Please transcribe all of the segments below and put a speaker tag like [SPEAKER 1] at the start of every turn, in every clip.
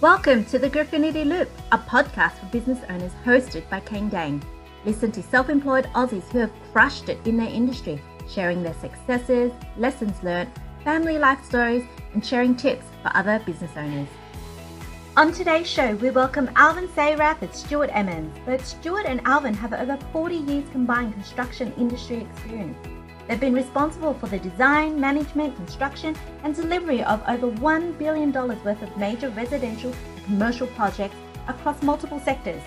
[SPEAKER 1] Welcome to the Griffinity Loop, a podcast for business owners hosted by Kane Dang. Listen to self employed Aussies who have crushed it in their industry, sharing their successes, lessons learned, family life stories, and sharing tips for other business owners. On today's show, we welcome Alvin Sayrath and Stuart Emmons. Both Stuart and Alvin have over 40 years combined construction industry experience. They've been responsible for the design, management, construction, and delivery of over $1 billion worth of major residential and commercial projects across multiple sectors.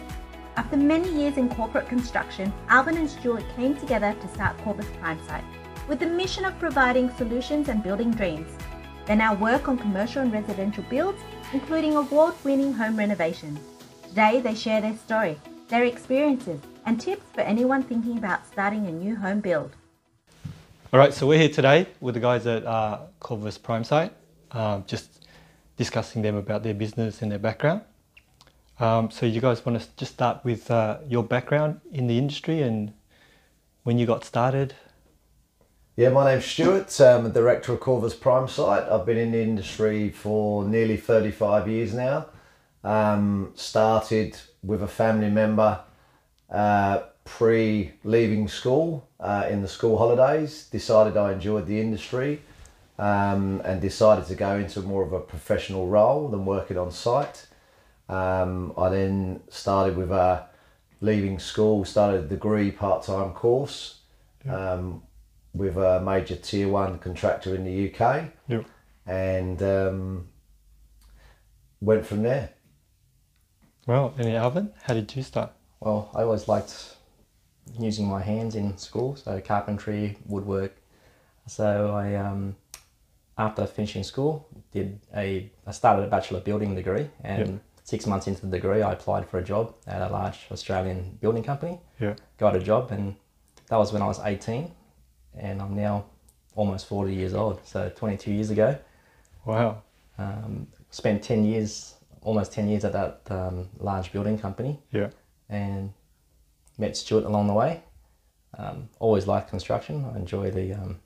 [SPEAKER 1] After many years in corporate construction, Alvin and Stuart came together to start Corpus Prime Site with the mission of providing solutions and building dreams. They now work on commercial and residential builds, including award winning home renovations. Today, they share their story, their experiences, and tips for anyone thinking about starting a new home build.
[SPEAKER 2] All right, so we're here today with the guys at uh, Corvus Prime Site, um, just discussing them about their business and their background. Um, so you guys want to just start with uh, your background in the industry and when you got started.
[SPEAKER 3] Yeah, my name's Stuart. I'm a director of Corvus Prime Site. I've been in the industry for nearly 35 years now. Um, started with a family member uh, pre leaving school uh, in the school holidays. Decided I enjoyed the industry um, and decided to go into more of a professional role than working on site. Um, I then started with a leaving school, started a degree part time course um, with a major tier one contractor in the UK
[SPEAKER 2] Yep.
[SPEAKER 3] and um, went from there.
[SPEAKER 2] Well, and Alvin, how did you start?
[SPEAKER 4] Well, I always liked using my hands in school, so carpentry, woodwork. So I, um, after finishing school, did a I started a bachelor of building degree, and
[SPEAKER 2] Yep.
[SPEAKER 4] six months into the degree, I applied for a job at a large Australian building company.
[SPEAKER 2] Yeah.
[SPEAKER 4] Got a job, and that was when I was eighteen, and I'm now almost forty years old. So twenty two years ago,
[SPEAKER 2] Wow.
[SPEAKER 4] um, spent ten years, almost ten years at that um, large building company
[SPEAKER 2] Yeah.
[SPEAKER 4] and met Stuart along the way. Um, always liked construction. I enjoy the um,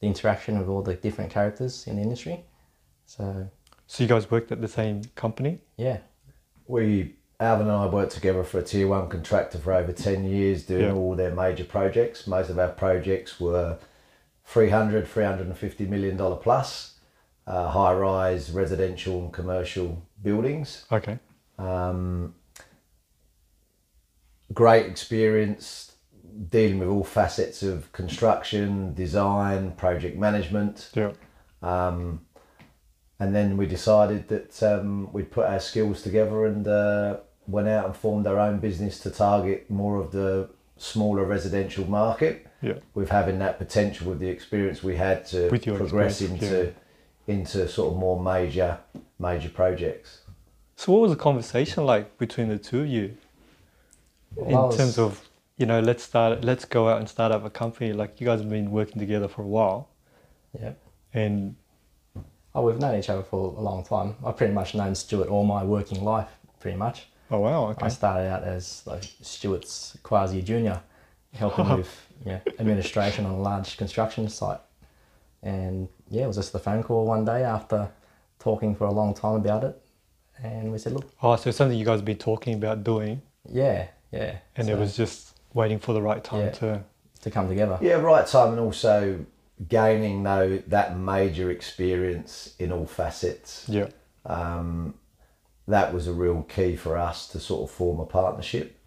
[SPEAKER 4] the interaction with all the different characters in the industry. So
[SPEAKER 2] So you guys worked at the same company?
[SPEAKER 4] yeah,
[SPEAKER 3] we Alvin and I worked together for a tier one contractor for over ten years doing
[SPEAKER 2] Yeah.
[SPEAKER 3] all their major projects. Most of our projects were 300, 350 million dollar plus, uh, high rise residential and commercial buildings.
[SPEAKER 2] Okay.
[SPEAKER 3] Great experience dealing with all facets of construction, design, project management.
[SPEAKER 2] Yeah.
[SPEAKER 3] Um, and then we decided that um, we'd put our skills together and uh, went out and formed our own business to target more of the smaller residential market.
[SPEAKER 2] Yeah.
[SPEAKER 3] With having that potential with the experience we had to
[SPEAKER 2] With your
[SPEAKER 3] progress
[SPEAKER 2] experience,
[SPEAKER 3] into into sort of more major major projects.
[SPEAKER 2] So what was the conversation like between the two of you in
[SPEAKER 4] Well, I was-
[SPEAKER 2] terms of, you know, let's start, let's go out and start up a company. Like you guys have been working together for a while
[SPEAKER 4] yeah.
[SPEAKER 2] and
[SPEAKER 4] Oh, we've known each other for a long time. I've pretty much known Stuart all my working life, pretty much.
[SPEAKER 2] Oh wow! Okay.
[SPEAKER 4] I started out as like Stuart's quasi junior, helping with yeah, administration on a large construction site. And yeah, it was just the phone call one day after talking for a long time about it. And we said, look,
[SPEAKER 2] Oh, so it's something you guys have been talking about doing,
[SPEAKER 4] Yeah, yeah.
[SPEAKER 2] and it
[SPEAKER 4] So,
[SPEAKER 2] was just waiting for the right time
[SPEAKER 4] Yeah.
[SPEAKER 2] to.
[SPEAKER 4] to come together.
[SPEAKER 3] Yeah, right time and also gaining though that major experience in all facets.
[SPEAKER 2] Yeah.
[SPEAKER 3] that was a real key for us to sort of form a partnership,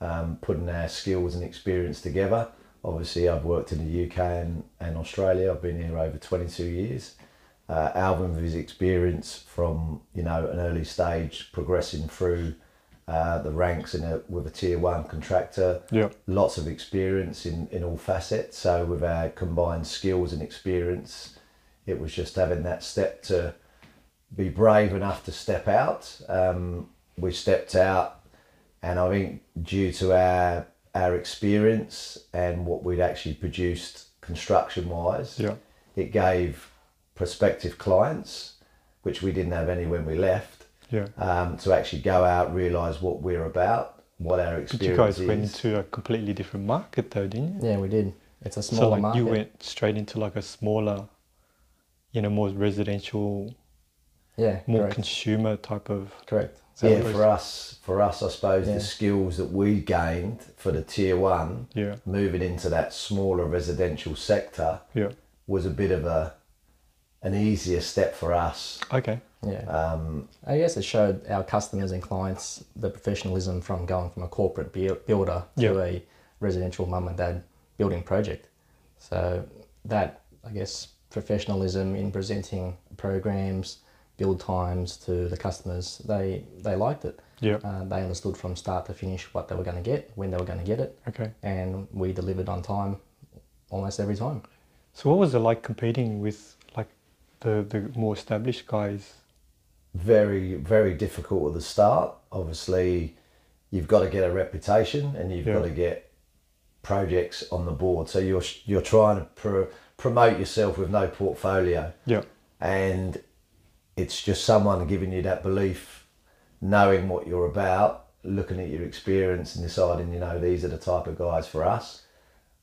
[SPEAKER 3] um, putting our skills and experience together. Obviously, I've worked in the UK and, and Australia. I've been here over 22 years. Uh, Alvin, with his experience from you know an early stage, progressing through uh, the ranks in a, with a tier one contractor,
[SPEAKER 2] Yeah.
[SPEAKER 3] lots of experience in, in all facets. So with our combined skills and experience, it was just having that step to be brave enough to step out. Um, we stepped out, and I think due to our our experience and what we'd actually produced construction wise,
[SPEAKER 2] Yeah.
[SPEAKER 3] it gave prospective clients, which we didn't have any when we left,
[SPEAKER 2] Yeah.
[SPEAKER 3] um, to actually go out, realise what we're about, what our
[SPEAKER 2] But you
[SPEAKER 3] experience
[SPEAKER 2] guys
[SPEAKER 3] is.
[SPEAKER 2] went into a completely different market, though, didn't you?
[SPEAKER 4] Yeah, we did. It's a smaller
[SPEAKER 2] so like
[SPEAKER 4] market.
[SPEAKER 2] you went straight into like a smaller, you know, more residential
[SPEAKER 4] Yeah,
[SPEAKER 2] more
[SPEAKER 4] correct.
[SPEAKER 2] consumer type of.
[SPEAKER 4] correct. So
[SPEAKER 2] Yeah.
[SPEAKER 3] yeah, for us, for us, I suppose the skills that we gained for the tier one,
[SPEAKER 2] Yeah.
[SPEAKER 3] moving into that smaller residential sector,
[SPEAKER 2] Yeah.
[SPEAKER 3] was a bit of a an easier step for us.
[SPEAKER 2] Okay.
[SPEAKER 4] Yeah.
[SPEAKER 2] Um,
[SPEAKER 4] I guess it showed our customers and clients the professionalism from going from a corporate bu- builder
[SPEAKER 2] Yeah.
[SPEAKER 4] to a residential mum and dad building project. So that, I guess, professionalism in presenting programs, build times to the customers, they, they liked it.
[SPEAKER 2] Yeah.
[SPEAKER 4] Uh, they understood from start to finish what they were going to get, when they were going to get it.
[SPEAKER 2] Okay.
[SPEAKER 4] And we delivered on time almost every time.
[SPEAKER 2] So what was it like competing with like the the more established guys?
[SPEAKER 3] Very, very difficult at the start. Obviously, you've got to get a reputation and you've
[SPEAKER 2] Yeah.
[SPEAKER 3] got to get projects on the board. So you're you're trying to pro- promote yourself with no portfolio.
[SPEAKER 2] Yeah.
[SPEAKER 3] and it's just someone giving you that belief, knowing what you're about, looking at your experience, and deciding, you know, these are the type of guys for us.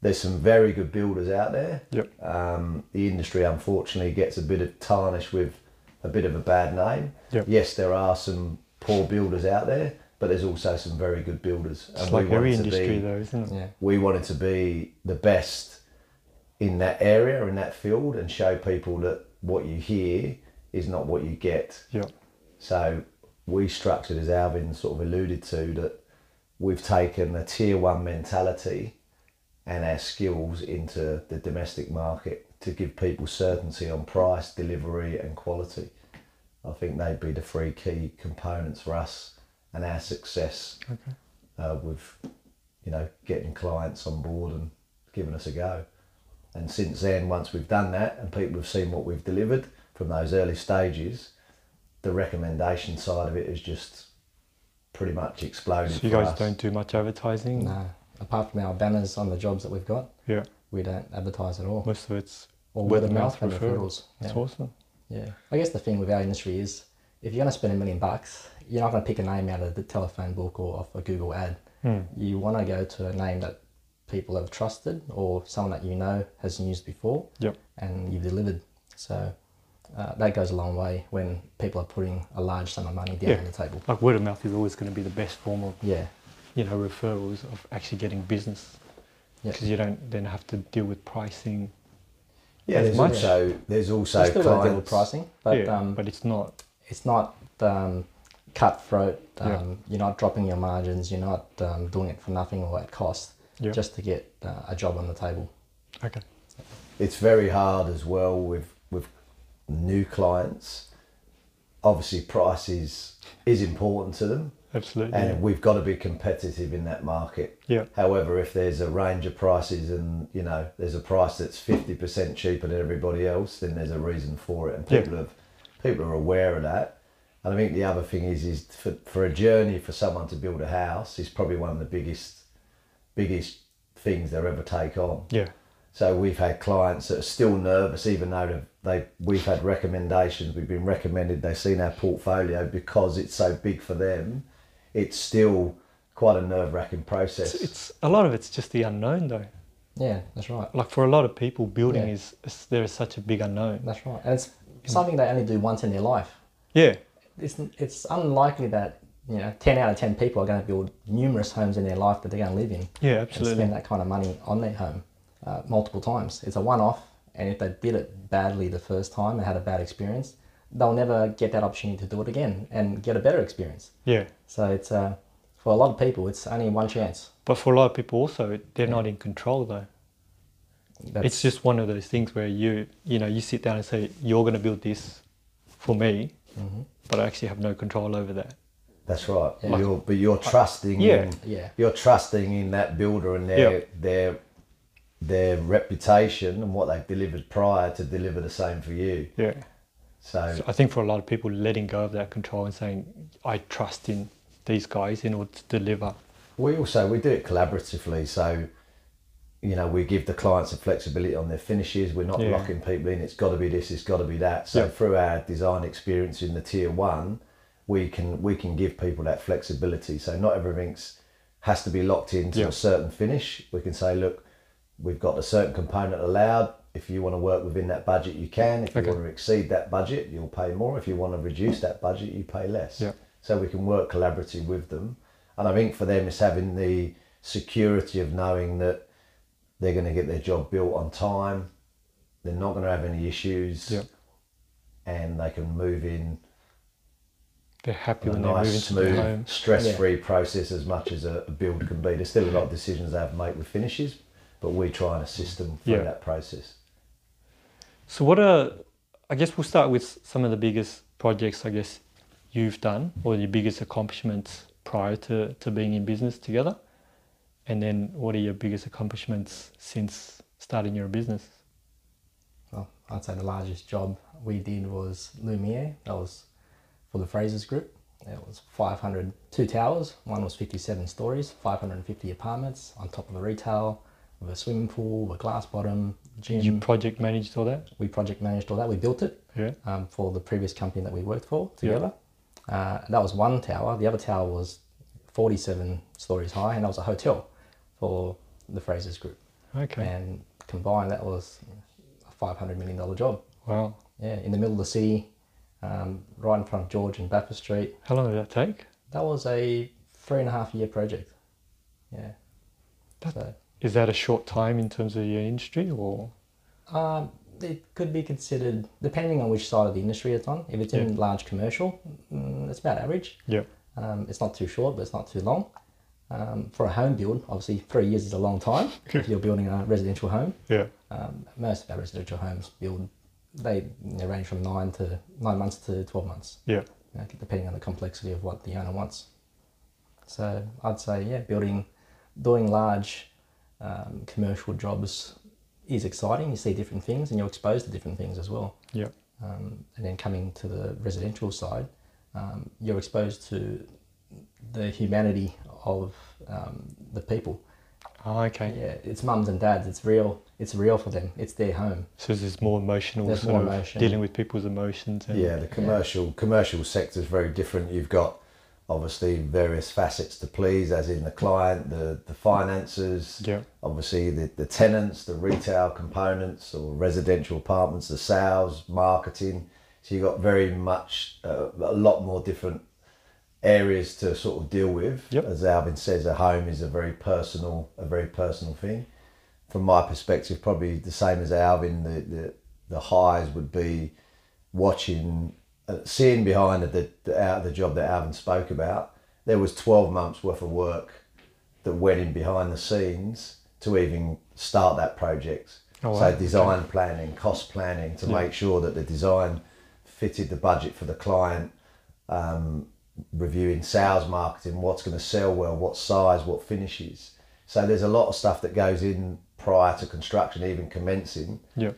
[SPEAKER 3] There's some very good builders out there.
[SPEAKER 2] Yep.
[SPEAKER 3] Um, the industry, unfortunately, gets a bit of tarnished with a bit of a bad name.
[SPEAKER 2] Yep.
[SPEAKER 3] Yes, there are some poor builders out there, but there's also some very good builders.
[SPEAKER 2] It's like
[SPEAKER 3] we want
[SPEAKER 2] every
[SPEAKER 3] to
[SPEAKER 2] industry
[SPEAKER 3] be-
[SPEAKER 2] though, isn't it?
[SPEAKER 4] Yeah.
[SPEAKER 3] we wanted to be the best in that area in that field and show people that what you hear is not what you get
[SPEAKER 2] Yeah.
[SPEAKER 3] so we structured as alvin sort of alluded to that we've taken a tier one mentality and our skills into the domestic market to give people certainty on price delivery and quality i think they'd be the three key components for us and our success
[SPEAKER 2] Okay.
[SPEAKER 3] uh, with you know getting clients on board and giving us a go. And since then, once we've done that and people have seen what we've delivered from those early stages, the recommendation side of it has just pretty much exploded.
[SPEAKER 2] So you
[SPEAKER 3] for
[SPEAKER 2] guys
[SPEAKER 3] us.
[SPEAKER 2] don't do much advertising?
[SPEAKER 4] No, apart from our banners on the jobs that we've got,
[SPEAKER 2] Yeah.
[SPEAKER 4] we don't advertise at all.
[SPEAKER 2] Most of it's
[SPEAKER 4] Or
[SPEAKER 2] word of mouth
[SPEAKER 4] and
[SPEAKER 2] referrals.
[SPEAKER 4] Yeah.
[SPEAKER 2] That's awesome.
[SPEAKER 4] yeah. I guess the thing with our industry is if you're going to spend a million bucks, you're not going to pick a name out of the telephone book or off a Google ad.
[SPEAKER 2] Hmm.
[SPEAKER 4] You want to go to a name that people have trusted or someone that you know has used before
[SPEAKER 2] Yep.
[SPEAKER 4] and you've delivered. So uh, that goes a long way when people are putting a large sum of money down
[SPEAKER 2] Yeah.
[SPEAKER 4] on the table.
[SPEAKER 2] Like word of mouth is always going to be the best form of
[SPEAKER 4] Yeah.
[SPEAKER 2] you know referrals of actually getting business
[SPEAKER 4] Yeah.
[SPEAKER 2] because you don't then have to deal with pricing.
[SPEAKER 3] Yeah, there's
[SPEAKER 2] much.
[SPEAKER 3] also there's
[SPEAKER 4] You
[SPEAKER 3] also
[SPEAKER 4] still got to deal with
[SPEAKER 3] clients.
[SPEAKER 4] pricing, but
[SPEAKER 2] yeah,
[SPEAKER 4] um,
[SPEAKER 2] but it's not.
[SPEAKER 4] it's not um, cutthroat. Um,
[SPEAKER 2] Yeah.
[SPEAKER 4] You're not dropping your margins. You're not um, doing it for nothing or at cost,
[SPEAKER 2] Yeah.
[SPEAKER 4] just to get uh, a job on the table.
[SPEAKER 2] Okay.
[SPEAKER 3] It's very hard as well with with new clients. Obviously, price is, is important to them.
[SPEAKER 2] Absolutely.
[SPEAKER 3] and we've got to be competitive in that market.
[SPEAKER 2] Yeah.
[SPEAKER 3] However, if there's a range of prices and you know there's a price that's fifty percent cheaper than everybody else, then there's a reason for it, and
[SPEAKER 2] Yeah.
[SPEAKER 3] people have people are aware of that. And I think the other thing is is for, for a journey for someone to build a house is probably one of the biggest biggest things they'll ever take on.
[SPEAKER 2] yeah.
[SPEAKER 3] So we've had clients that are still nervous, even though they've- they we've had recommendations. We've been recommended. They've seen our portfolio because it's so big for them. It's still quite a nerve wracking process.
[SPEAKER 2] It's, it's a lot of it's just the unknown though.
[SPEAKER 4] Yeah, that's right.
[SPEAKER 2] Like for a lot of people, building
[SPEAKER 4] Yeah.
[SPEAKER 2] is is there is such a big unknown.
[SPEAKER 4] That's right. And it's something they only do once in their life.
[SPEAKER 2] Yeah.
[SPEAKER 4] It's it's unlikely that you know ten out of ten people are going to build numerous homes in their life that they're going to live in.
[SPEAKER 2] Yeah,
[SPEAKER 4] And
[SPEAKER 2] absolutely.
[SPEAKER 4] spend that kind of money on their home uh, multiple times. It's a one-off, and if they did it badly the first time and had a bad experience, they'll never get that opportunity to do it again and get a better experience.
[SPEAKER 2] Yeah.
[SPEAKER 4] So it's uh, for a lot of people, it's only one chance.
[SPEAKER 2] But for a lot of people also, it- they're not in control though.
[SPEAKER 4] That's,
[SPEAKER 2] It's just one of those things where you you know you sit down and say you're going to build this for me, but I actually have no control over that.
[SPEAKER 3] That's right.
[SPEAKER 4] Yeah.
[SPEAKER 3] You're, but you're trusting
[SPEAKER 2] Yeah.
[SPEAKER 3] in
[SPEAKER 4] Yeah.
[SPEAKER 3] you're trusting in that builder and their
[SPEAKER 2] Yeah.
[SPEAKER 3] their their reputation and what they've delivered prior to deliver the same for you.
[SPEAKER 2] Yeah.
[SPEAKER 3] So,
[SPEAKER 2] So I think for a lot of people, letting go of that control and saying I trust in these guys in order to deliver.
[SPEAKER 3] we also we do it collaboratively. So you know we give the clients the flexibility on their finishes. We're not
[SPEAKER 2] Yeah.
[SPEAKER 3] locking people in. It's got to be this. It's got to be that. So
[SPEAKER 2] Yeah.
[SPEAKER 3] through our design experience in the tier one, we can we can give people that flexibility. So not everything's has to be locked into
[SPEAKER 2] Yeah.
[SPEAKER 3] a certain finish. We can say, look, we've got a certain component allowed. if you want to work within that budget, you can. If you
[SPEAKER 2] Okay.
[SPEAKER 3] want to exceed that budget, you'll pay more. If you want to reduce that budget, you pay less.
[SPEAKER 2] Yeah.
[SPEAKER 3] So we can work collaboratively with them. And I think for them, it's having the security of knowing that they're going to get their job built on time, they're not going to have any issues,
[SPEAKER 2] Yeah.
[SPEAKER 3] and they can move in
[SPEAKER 2] They're happy
[SPEAKER 3] a
[SPEAKER 2] when they move
[SPEAKER 3] nice,
[SPEAKER 2] into their home.
[SPEAKER 3] smooth, stress-free process as much as a, a build can be. There's still a lot of decisions they have to make with finishes, but we try and assist them through
[SPEAKER 2] Yeah.
[SPEAKER 3] that process.
[SPEAKER 2] So what are I guess we'll start with some of the biggest projects I guess you've done or your biggest accomplishments prior to, to being in business together. And then what are your biggest accomplishments since starting your business?
[SPEAKER 4] Well, I'd say the largest job we did was Lumiere. That was for the Fraser's Group. It was 500, two towers. One was 57 stories, 550 apartments on top of a retail with a swimming pool, with a glass bottom, gym.
[SPEAKER 2] You project managed all that?
[SPEAKER 4] we project managed all that. We built it
[SPEAKER 2] Yeah.
[SPEAKER 4] um, for the previous company that we worked for together. Uh, that was one tower. The other tower was 47 stories high, and that was a hotel for the Fraser's Group.
[SPEAKER 2] Okay.
[SPEAKER 4] And combined, that was a $500 million job.
[SPEAKER 2] Wow.
[SPEAKER 4] Yeah, in the middle of the city, um, right in front of George and Bathurst Street.
[SPEAKER 2] How long did that take?
[SPEAKER 4] That was a three and a half year project. Yeah.
[SPEAKER 2] That-
[SPEAKER 4] so
[SPEAKER 2] Is that a short time in terms of your industry or
[SPEAKER 4] um, it could be considered, depending on which side of the industry it's on. If it's in
[SPEAKER 2] Yeah.
[SPEAKER 4] large commercial, mm, it's about average.
[SPEAKER 2] Yeah.
[SPEAKER 4] Um, it's not too short, but it's not too long. Um, for a home build, obviously, three years is a long time if you're building a residential home.
[SPEAKER 2] Yeah.
[SPEAKER 4] Um, most of our residential homes build, they you know, range from nine to nine months to 12 months.
[SPEAKER 2] Yeah.
[SPEAKER 4] you know, depending on the complexity of what the owner wants. So I'd say, yeah, building, doing large um, commercial jobs is exciting. You see different things and you're exposed to different things as well.
[SPEAKER 2] Yeah.
[SPEAKER 4] Um, and then coming to the residential side, um, you're exposed to the humanity of um, the people.
[SPEAKER 2] Ah, okay.
[SPEAKER 4] Yeah, it's mums and dads. It's real. It's real for them. It's their home.
[SPEAKER 2] So there's more emotional
[SPEAKER 4] There's
[SPEAKER 2] sort
[SPEAKER 4] more
[SPEAKER 2] of
[SPEAKER 4] emotion.
[SPEAKER 2] dealing with people's emotions and
[SPEAKER 3] Yeah, the commercial commercial sector is very different. You've got obviously various facets to please, as in the client, the the finances,
[SPEAKER 2] Yeah.
[SPEAKER 3] obviously the, the tenants, the retail components or residential apartments, the sales, marketing. So you've got very much uh, a lot more different areas to sort of deal with.
[SPEAKER 2] Yep.
[SPEAKER 3] As Alvin says, a home is a very personal a very personal thing. From my perspective, probably the same as Alvin, the the, the highs would be watching, uh, seeing behind the, the out the job that Alvin spoke about. There was twelve months worth of work that went in behind the scenes to even start that project.
[SPEAKER 2] Oh, wow.
[SPEAKER 3] So design planning, cost planning to make sure that the design fitted the budget for the client, um, reviewing sales marketing, what's going to sell well, what size, what finishes. So there's a lot of stuff that goes in prior to construction even commencing.
[SPEAKER 2] Yeah.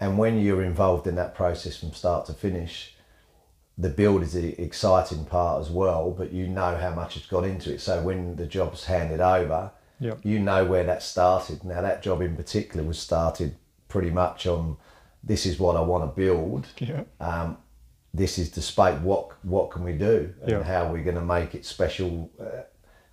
[SPEAKER 3] And when you're involved in that process from start to finish, the build is the exciting part as well, but you know how much has gone into it. So when the job's handed over,
[SPEAKER 2] Yeah.
[SPEAKER 3] you know where that started. Now, that job in particular was started pretty much on this is what I want to build.
[SPEAKER 2] Yeah.
[SPEAKER 3] Um, this is the space. What what can we do, and
[SPEAKER 2] Yeah.
[SPEAKER 3] how we're going to make it special? Uh,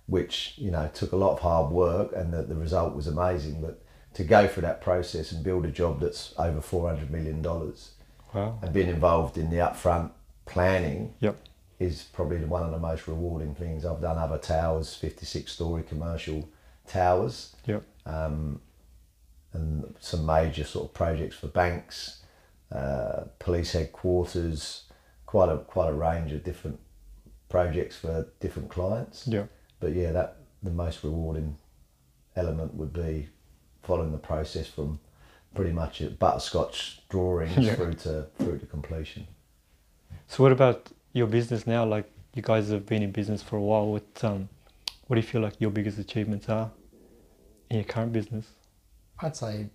[SPEAKER 3] which you know took a lot of hard work, and the, the result was amazing. But to go through that process and build a job that's over four hundred million dollars,
[SPEAKER 2] Wow.
[SPEAKER 3] and being involved in the upfront planning
[SPEAKER 2] Yep.
[SPEAKER 3] is probably one of the most rewarding things I've done. Other towers, fifty-six story commercial towers,
[SPEAKER 2] Yep.
[SPEAKER 3] and some major sort of projects for banks, uh, police headquarters, quite a quite a range of different projects for different clients.
[SPEAKER 2] Yeah.
[SPEAKER 3] But yeah, that the most rewarding element would be following the process from pretty much a butterscotch drawings
[SPEAKER 2] Yeah.
[SPEAKER 3] through to through to completion.
[SPEAKER 2] So what about your business now? Like you guys have been in business for a while. What um, what do you feel like your biggest achievements are in your current business?
[SPEAKER 4] I'd say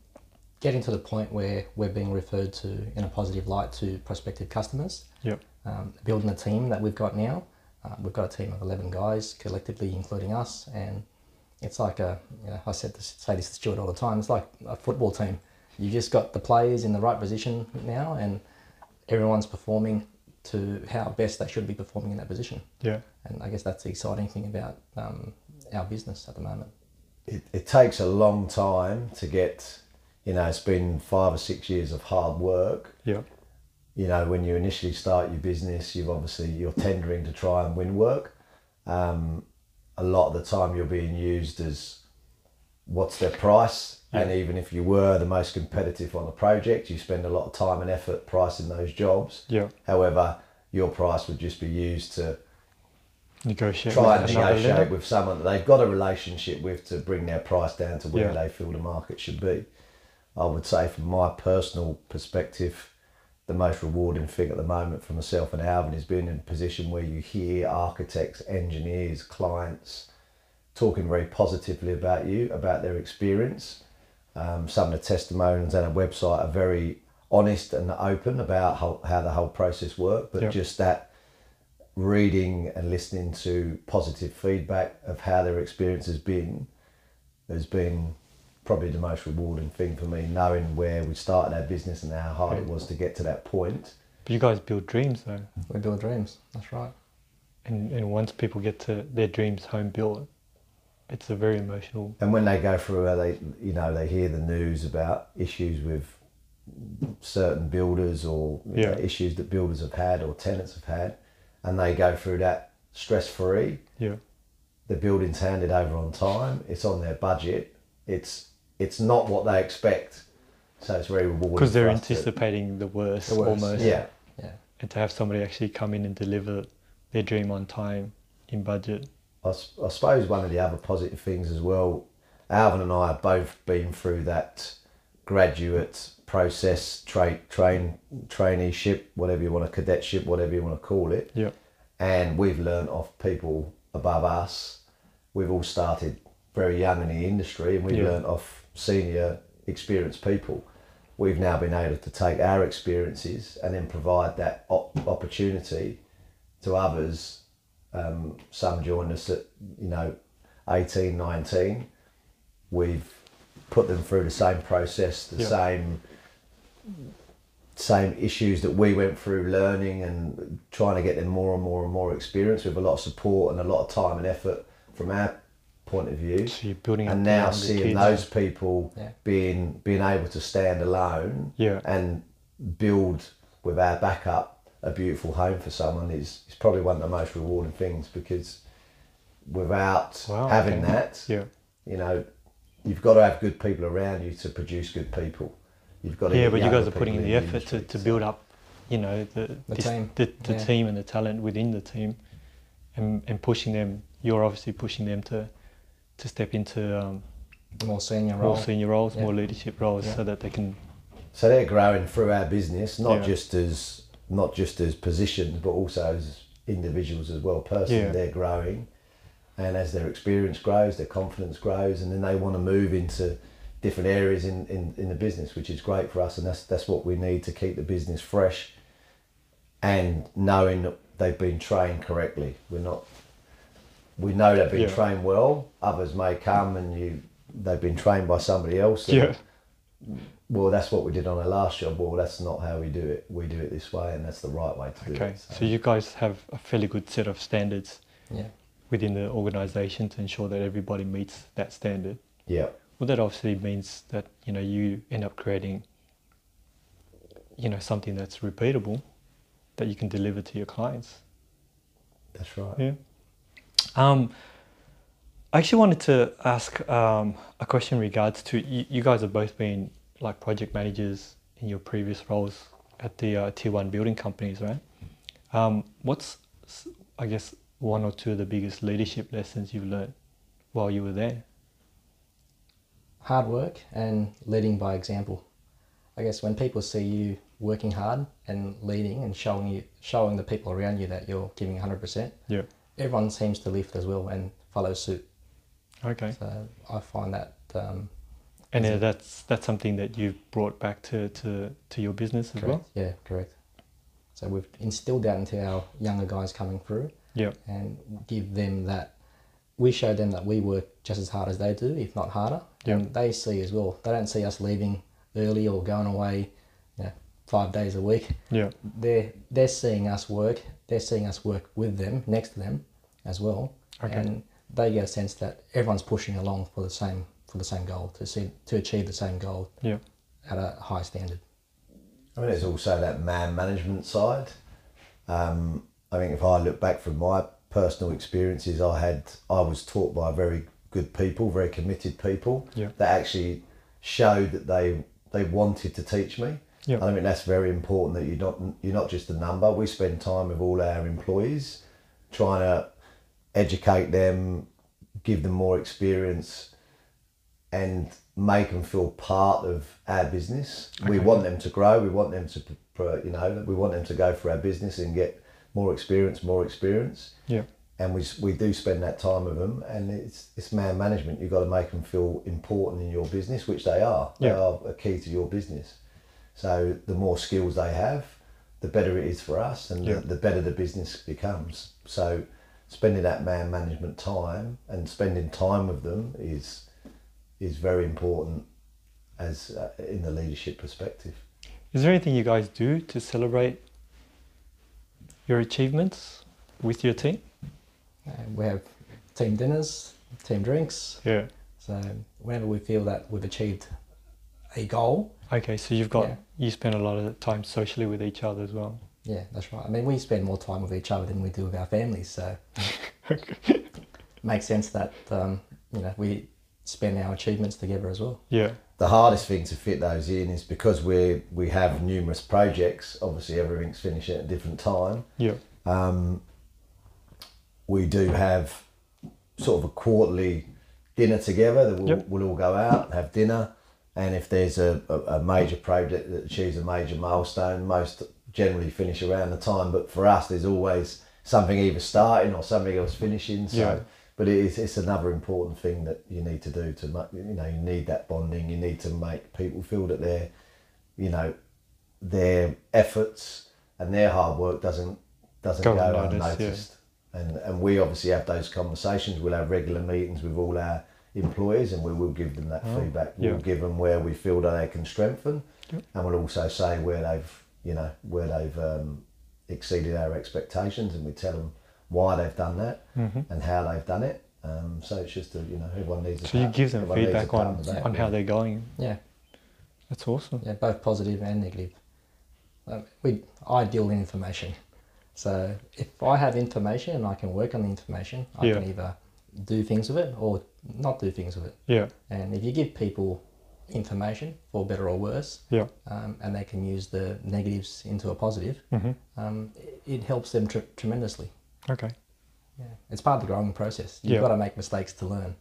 [SPEAKER 4] getting to the point where we're being referred to in a positive light to prospective customers.
[SPEAKER 2] Yep.
[SPEAKER 4] um, building a team that we've got now. Uh, we've got a team of 11 guys collectively, including us, and it's like a, you know, I said this, say this to Stuart all the time, it's like a football team. You've just got the players in the right position now, and everyone's performing to how best they should be performing in that position.
[SPEAKER 2] Yeah.
[SPEAKER 4] And I guess that's the exciting thing about um, our business at the moment.
[SPEAKER 3] it, it takes a long time to get you know, it's been five or six years of hard work.
[SPEAKER 2] Yeah.
[SPEAKER 3] You know, when you initially start your business, you've obviously you're tendering to try and win work. Um, a lot of the time, you're being used as what's their price, and even if you were the most competitive on the project, you spend a lot of time and effort pricing those jobs.
[SPEAKER 2] Yeah.
[SPEAKER 3] However, your price would just be used to
[SPEAKER 2] Negotiate.
[SPEAKER 3] try
[SPEAKER 2] with
[SPEAKER 3] and
[SPEAKER 2] another
[SPEAKER 3] negotiate
[SPEAKER 2] lender.
[SPEAKER 3] with someone that they've got a relationship with to bring their price down to where
[SPEAKER 2] Yeah.
[SPEAKER 3] they feel the market should be. I would say, from my personal perspective, the most rewarding thing at the moment for myself and Alvin is being in a position where you hear architects, engineers, clients talking very positively about you, about their experience. Um, some of the testimonials on our website are very honest and open about how, how the whole process worked, but
[SPEAKER 2] Yeah.
[SPEAKER 3] just that reading and listening to positive feedback of how their experience has been has been probably the most rewarding thing for me knowing where we started our business and how hard it was to get to that point
[SPEAKER 2] But you guys build dreams though,
[SPEAKER 4] We build dreams. That's right.
[SPEAKER 2] and and once people get to their dreams home built, it's a very emotional.
[SPEAKER 3] and when they go through how they you know they hear the news about issues with certain builders or you know,
[SPEAKER 2] Yeah.
[SPEAKER 3] issues that builders have had or tenants have had and they go through that stress free
[SPEAKER 2] Yeah.
[SPEAKER 3] the building's handed over on time. It's on their budget. It's it's not what they expect, so it's very rewarding.
[SPEAKER 2] Because they're
[SPEAKER 3] for us to-
[SPEAKER 2] anticipating the worst,
[SPEAKER 4] The worst,
[SPEAKER 2] almost,
[SPEAKER 3] Yeah,
[SPEAKER 4] Yeah.
[SPEAKER 2] and to have somebody actually come in and deliver their dream on time, in budget.
[SPEAKER 3] I, s- I suppose one of the other positive things as well. Alvin and I have both been through that graduate process, tra- train traineeship, whatever you want to cadetship, whatever you want to call it.
[SPEAKER 2] Yeah.
[SPEAKER 3] and we've learned off people above us. We've all started very young in the industry, and we've
[SPEAKER 2] Yeah.
[SPEAKER 3] learned off senior, experienced people. We've now been able to take our experiences and then provide that op- opportunity to others. Um, some joined us at you know 18, 19. We've put them through the same process, the
[SPEAKER 2] Yeah.
[SPEAKER 3] same same issues that we went through learning and trying to get them more and more and more experience with a lot of support and a lot of time and effort from our point of view
[SPEAKER 2] So you're building up
[SPEAKER 3] and
[SPEAKER 2] the
[SPEAKER 3] now
[SPEAKER 2] younger
[SPEAKER 3] seeing
[SPEAKER 2] kids.
[SPEAKER 3] those people
[SPEAKER 4] Yeah.
[SPEAKER 3] being being able to stand alone
[SPEAKER 2] Yeah.
[SPEAKER 3] and build with our backup a beautiful home for someone is, is probably one of the most rewarding things because without
[SPEAKER 2] Wow,
[SPEAKER 3] having
[SPEAKER 2] okay.
[SPEAKER 3] that
[SPEAKER 2] Yeah.
[SPEAKER 3] you know, you've got to have good people around you to produce good people. You've got to
[SPEAKER 2] Yeah,
[SPEAKER 3] get
[SPEAKER 2] but you
[SPEAKER 3] younger
[SPEAKER 2] guys are putting in
[SPEAKER 3] people
[SPEAKER 2] the effort
[SPEAKER 3] industry,
[SPEAKER 2] to, to
[SPEAKER 3] so-
[SPEAKER 2] build up, you know, the
[SPEAKER 4] The team.
[SPEAKER 2] the, the
[SPEAKER 4] Yeah.
[SPEAKER 2] team and the talent within the team, and and pushing them. You're obviously pushing them to to step into um,
[SPEAKER 4] More senior role.
[SPEAKER 2] more senior roles,
[SPEAKER 4] Yeah.
[SPEAKER 2] more leadership roles,
[SPEAKER 4] Yeah.
[SPEAKER 2] so that they can.
[SPEAKER 3] So they're growing through our business, not
[SPEAKER 2] Yeah.
[SPEAKER 3] just as not just as positions, but also as individuals as well. Personally,
[SPEAKER 2] Yeah.
[SPEAKER 3] they're growing, and as their experience grows, their confidence grows, and then they want to move into different areas in, in, in the business, which is great for us, and that's that's what we need to keep the business fresh, and knowing that they've been trained correctly. We're not. We know they've been
[SPEAKER 2] Yeah.
[SPEAKER 3] trained well. Others may come and you, they've been trained by somebody else. that-
[SPEAKER 2] Yeah.
[SPEAKER 3] well, that's what we did on our last job. Well, that's not how we do it. We do it this way, and that's the right way to do
[SPEAKER 2] Okay.
[SPEAKER 3] it.
[SPEAKER 2] So. you guys have a fairly good set of standards
[SPEAKER 4] Yeah.
[SPEAKER 2] within the organisation to ensure that everybody meets that standard.
[SPEAKER 3] yeah,
[SPEAKER 2] Well, that obviously means that you know you end up creating, you know, something that's repeatable, that you can deliver to your clients.
[SPEAKER 3] that's right.
[SPEAKER 2] Yeah. Um, I actually wanted to ask um, a question in regards to you, you guys have both been like project managers in your previous roles at the uh, tier one building companies, right? Um, what's, s- I guess, one or two of the biggest leadership lessons you've learned while you were there?
[SPEAKER 4] hard work and leading by example. I guess when people see you working hard and leading and showing you showing the people around you that you're giving 100%,
[SPEAKER 2] Yeah.
[SPEAKER 4] everyone seems to lift as well and follow suit.
[SPEAKER 2] Okay.
[SPEAKER 4] So I find that um,
[SPEAKER 2] And
[SPEAKER 4] Is
[SPEAKER 2] uh,
[SPEAKER 4] it-
[SPEAKER 2] that's that's something that you've brought back to, to, to your business as well.
[SPEAKER 4] Yeah, correct. So we've instilled that into our younger guys coming through
[SPEAKER 2] Yeah.
[SPEAKER 4] and give them that. We show them that we work just as hard as they do, if not harder.
[SPEAKER 2] Yeah.
[SPEAKER 4] And they see as well. They don't see us leaving early or going away you know, five days a week.
[SPEAKER 2] Yeah.
[SPEAKER 4] they're they're seeing us work. They're seeing us work with them, next to them, as well.
[SPEAKER 2] Okay.
[SPEAKER 4] And they get a sense that everyone's pushing along for the same for the same goal to see to achieve the same goal.
[SPEAKER 2] Yeah.
[SPEAKER 4] at a high standard.
[SPEAKER 3] I mean, there's also that man management side. Um, I think if I look back from my personal experiences, I had I was taught by very good people, very committed people
[SPEAKER 2] Yeah.
[SPEAKER 3] that actually showed that they they wanted to teach me.
[SPEAKER 2] Yeah.
[SPEAKER 3] And I think that's very important that you're not you're not just a number. We spend time with all our employees, trying to educate them, give them more experience, and make them feel part of our business. We want them to grow. We want them to, pr- pr- you know, we want them to go for our business and get more experience, more experience.
[SPEAKER 2] Yeah.
[SPEAKER 3] And we, s- we do spend that time with them, and it's it's man management. You've got to make them feel important in your business, which they are. They
[SPEAKER 2] Yeah.
[SPEAKER 3] are a key to your business. So the more skills they have, the better it is for us, and
[SPEAKER 2] Yeah.
[SPEAKER 3] the, the better the business becomes. So spending that man management time and spending time with them is is very important as uh, in the leadership perspective.
[SPEAKER 2] Is there anything you guys do to celebrate your achievements with your team?
[SPEAKER 4] Uh, we have team dinners, team drinks.
[SPEAKER 2] Yeah.
[SPEAKER 4] So whenever we feel that we've achieved a goal,
[SPEAKER 2] Okay, so you've got
[SPEAKER 4] Yeah.
[SPEAKER 2] you spend a lot of time socially with each other as well.
[SPEAKER 4] yeah, that's right. I mean, we spend more time with each other than we do with our families, so makes sense that um, you know we spend our achievements together as well.
[SPEAKER 2] yeah.
[SPEAKER 3] The hardest thing to fit those in is because we we have numerous projects. Obviously, everything's finishing at a different time.
[SPEAKER 2] Yeah.
[SPEAKER 3] um, we do have sort of a quarterly dinner together that we'll,
[SPEAKER 2] Yep.
[SPEAKER 3] we'll all go out and have dinner. And if there's a, a, a major project that achieves a major milestone, most generally finish around the time. But for us, there's always something either starting or something else finishing. So,
[SPEAKER 2] Yeah.
[SPEAKER 3] but it is, it's another important thing that you need to do to make, you know, you need that bonding. You need to make people feel that they're, you know, their efforts and their hard work doesn't doesn't
[SPEAKER 2] Go
[SPEAKER 3] go,
[SPEAKER 2] unnoticed,
[SPEAKER 3] unnoticed. And and we obviously have those conversations. We'll have regular meetings with all our employees, and we will give them that feedback. We'll
[SPEAKER 2] Oh, yeah.
[SPEAKER 3] give them where we feel that they can strengthen,
[SPEAKER 2] Yep.
[SPEAKER 3] and we'll also say where they've you know where they've um, exceeded our expectations, and we tell them why they've done that
[SPEAKER 2] Mm-hmm.
[SPEAKER 3] and how they've done it. Um, so it's just a, you know everyone needs. A
[SPEAKER 2] So you
[SPEAKER 3] part-
[SPEAKER 2] give them
[SPEAKER 3] everyone needs a
[SPEAKER 2] feedback
[SPEAKER 3] part
[SPEAKER 2] on
[SPEAKER 3] of that,
[SPEAKER 2] on
[SPEAKER 3] yeah.
[SPEAKER 2] how they're going.
[SPEAKER 4] Yeah,
[SPEAKER 2] That's awesome.
[SPEAKER 4] yeah, both positive and negative. Um, we I deal in information, so if I have information and I can work on the information, I
[SPEAKER 2] Yeah.
[SPEAKER 4] can either do things with it or not do things with it.
[SPEAKER 2] Yeah.
[SPEAKER 4] And if you give people information, for better or worse,
[SPEAKER 2] Yeah.
[SPEAKER 4] um, and they can use the negatives into a positive,
[SPEAKER 2] Mhm.
[SPEAKER 4] um, it, it helps them tr- tremendously.
[SPEAKER 2] Okay.
[SPEAKER 4] Yeah. It's part of the growing process. You've
[SPEAKER 2] Yeah.
[SPEAKER 4] got to make mistakes to learn.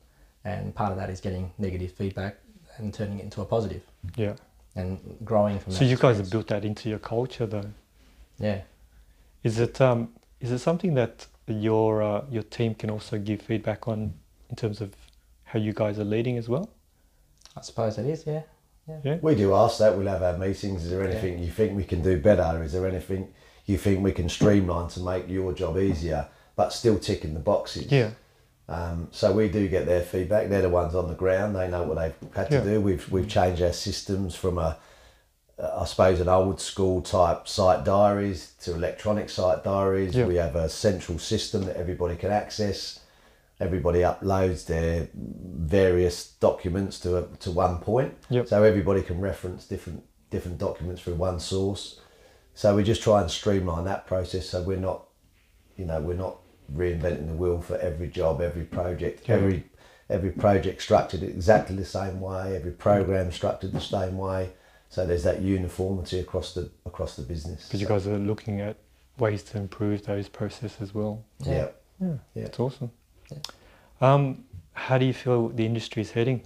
[SPEAKER 4] And part of that is getting negative feedback and turning it into a positive
[SPEAKER 2] Yeah.
[SPEAKER 4] and growing from
[SPEAKER 2] So
[SPEAKER 4] that
[SPEAKER 2] you guys have
[SPEAKER 4] experience.
[SPEAKER 2] built that into your culture though.
[SPEAKER 4] Yeah.
[SPEAKER 2] Is it um is it something that your uh, your team can also give feedback on in terms of how you guys are leading as well?
[SPEAKER 4] I suppose it is, yeah. Yeah.
[SPEAKER 2] Yeah.
[SPEAKER 3] We do ask that. We'll have our meetings. Is there anything you think we can do better? Is there anything you think we can streamline to make your job easier, but still ticking the boxes?
[SPEAKER 2] Yeah.
[SPEAKER 3] Um, so we do get their feedback. They're the ones on the ground. They know what they've had to
[SPEAKER 2] Yeah.
[SPEAKER 3] do. We've we've changed our systems from a, I suppose, an old school type site diaries to electronic site diaries.
[SPEAKER 2] Yeah.
[SPEAKER 3] We have a central system that everybody can access. Everybody uploads their various documents to a, to one point,
[SPEAKER 2] Yep.
[SPEAKER 3] so everybody can reference different different documents through one source. So we just try and streamline that process. So we're not you know we're not reinventing the wheel for every job every project every every project structured exactly the same way every program structured the same way so there's that uniformity across the across the business
[SPEAKER 2] Because you guys are looking at ways to improve those processes as well.
[SPEAKER 3] yeah. yeah
[SPEAKER 2] Yeah,
[SPEAKER 3] Yeah.
[SPEAKER 2] it's awesome. Um, how do you feel the industry is heading?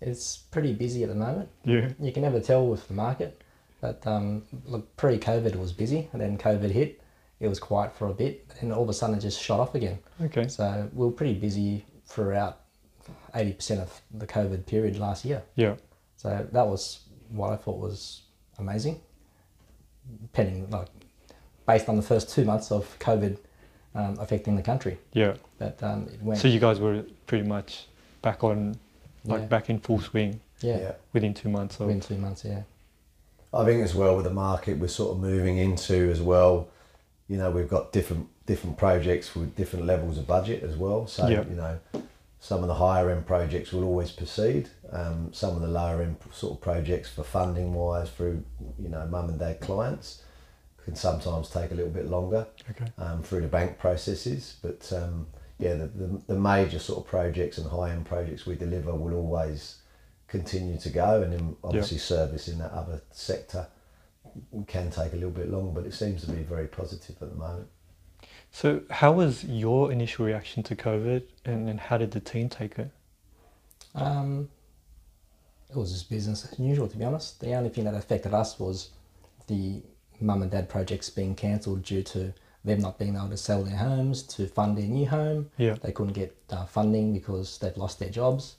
[SPEAKER 4] It's pretty busy at the moment.
[SPEAKER 2] Yeah,
[SPEAKER 4] You can never tell with the market, but um, look, pre COVID it was busy, and then COVID hit. It was quiet for a bit, and all of a sudden it just shot off again.
[SPEAKER 2] okay,
[SPEAKER 4] So we were pretty busy throughout 80% of the COVID period last year.
[SPEAKER 2] yeah,
[SPEAKER 4] So that was what I thought was amazing. Pending, like, based on the first two months of COVID um, affecting the country.
[SPEAKER 2] yeah.
[SPEAKER 4] But um, it went,
[SPEAKER 2] So you guys were pretty much back on, like
[SPEAKER 4] Yeah.
[SPEAKER 2] back in full swing
[SPEAKER 4] yeah,
[SPEAKER 2] within two months of.
[SPEAKER 4] within two months, yeah.
[SPEAKER 3] I think as well with the market we're sort of moving into as well. You know, we've got different different projects with different levels of budget as well. So
[SPEAKER 2] Yeah.
[SPEAKER 3] you know, some of the higher end projects will always proceed. Um, some of the lower end sort of projects for funding wise through you know mum and dad clients can sometimes take a little bit longer
[SPEAKER 2] Okay.
[SPEAKER 3] um, through the bank processes. But um, yeah, the, the, the major sort of projects and high end projects we deliver will always continue to go, and then obviously service in that other sector can take a little bit long, but it seems to be very positive at the moment.
[SPEAKER 2] So, how was your initial reaction to COVID, and, and how did the team take it?
[SPEAKER 4] Um, it was just business as usual, to be honest. The only thing that affected us was the mum and dad projects being cancelled due to them not being able to sell their homes to fund their new home.
[SPEAKER 2] Yeah.
[SPEAKER 4] They couldn't get uh, funding because they've lost their jobs.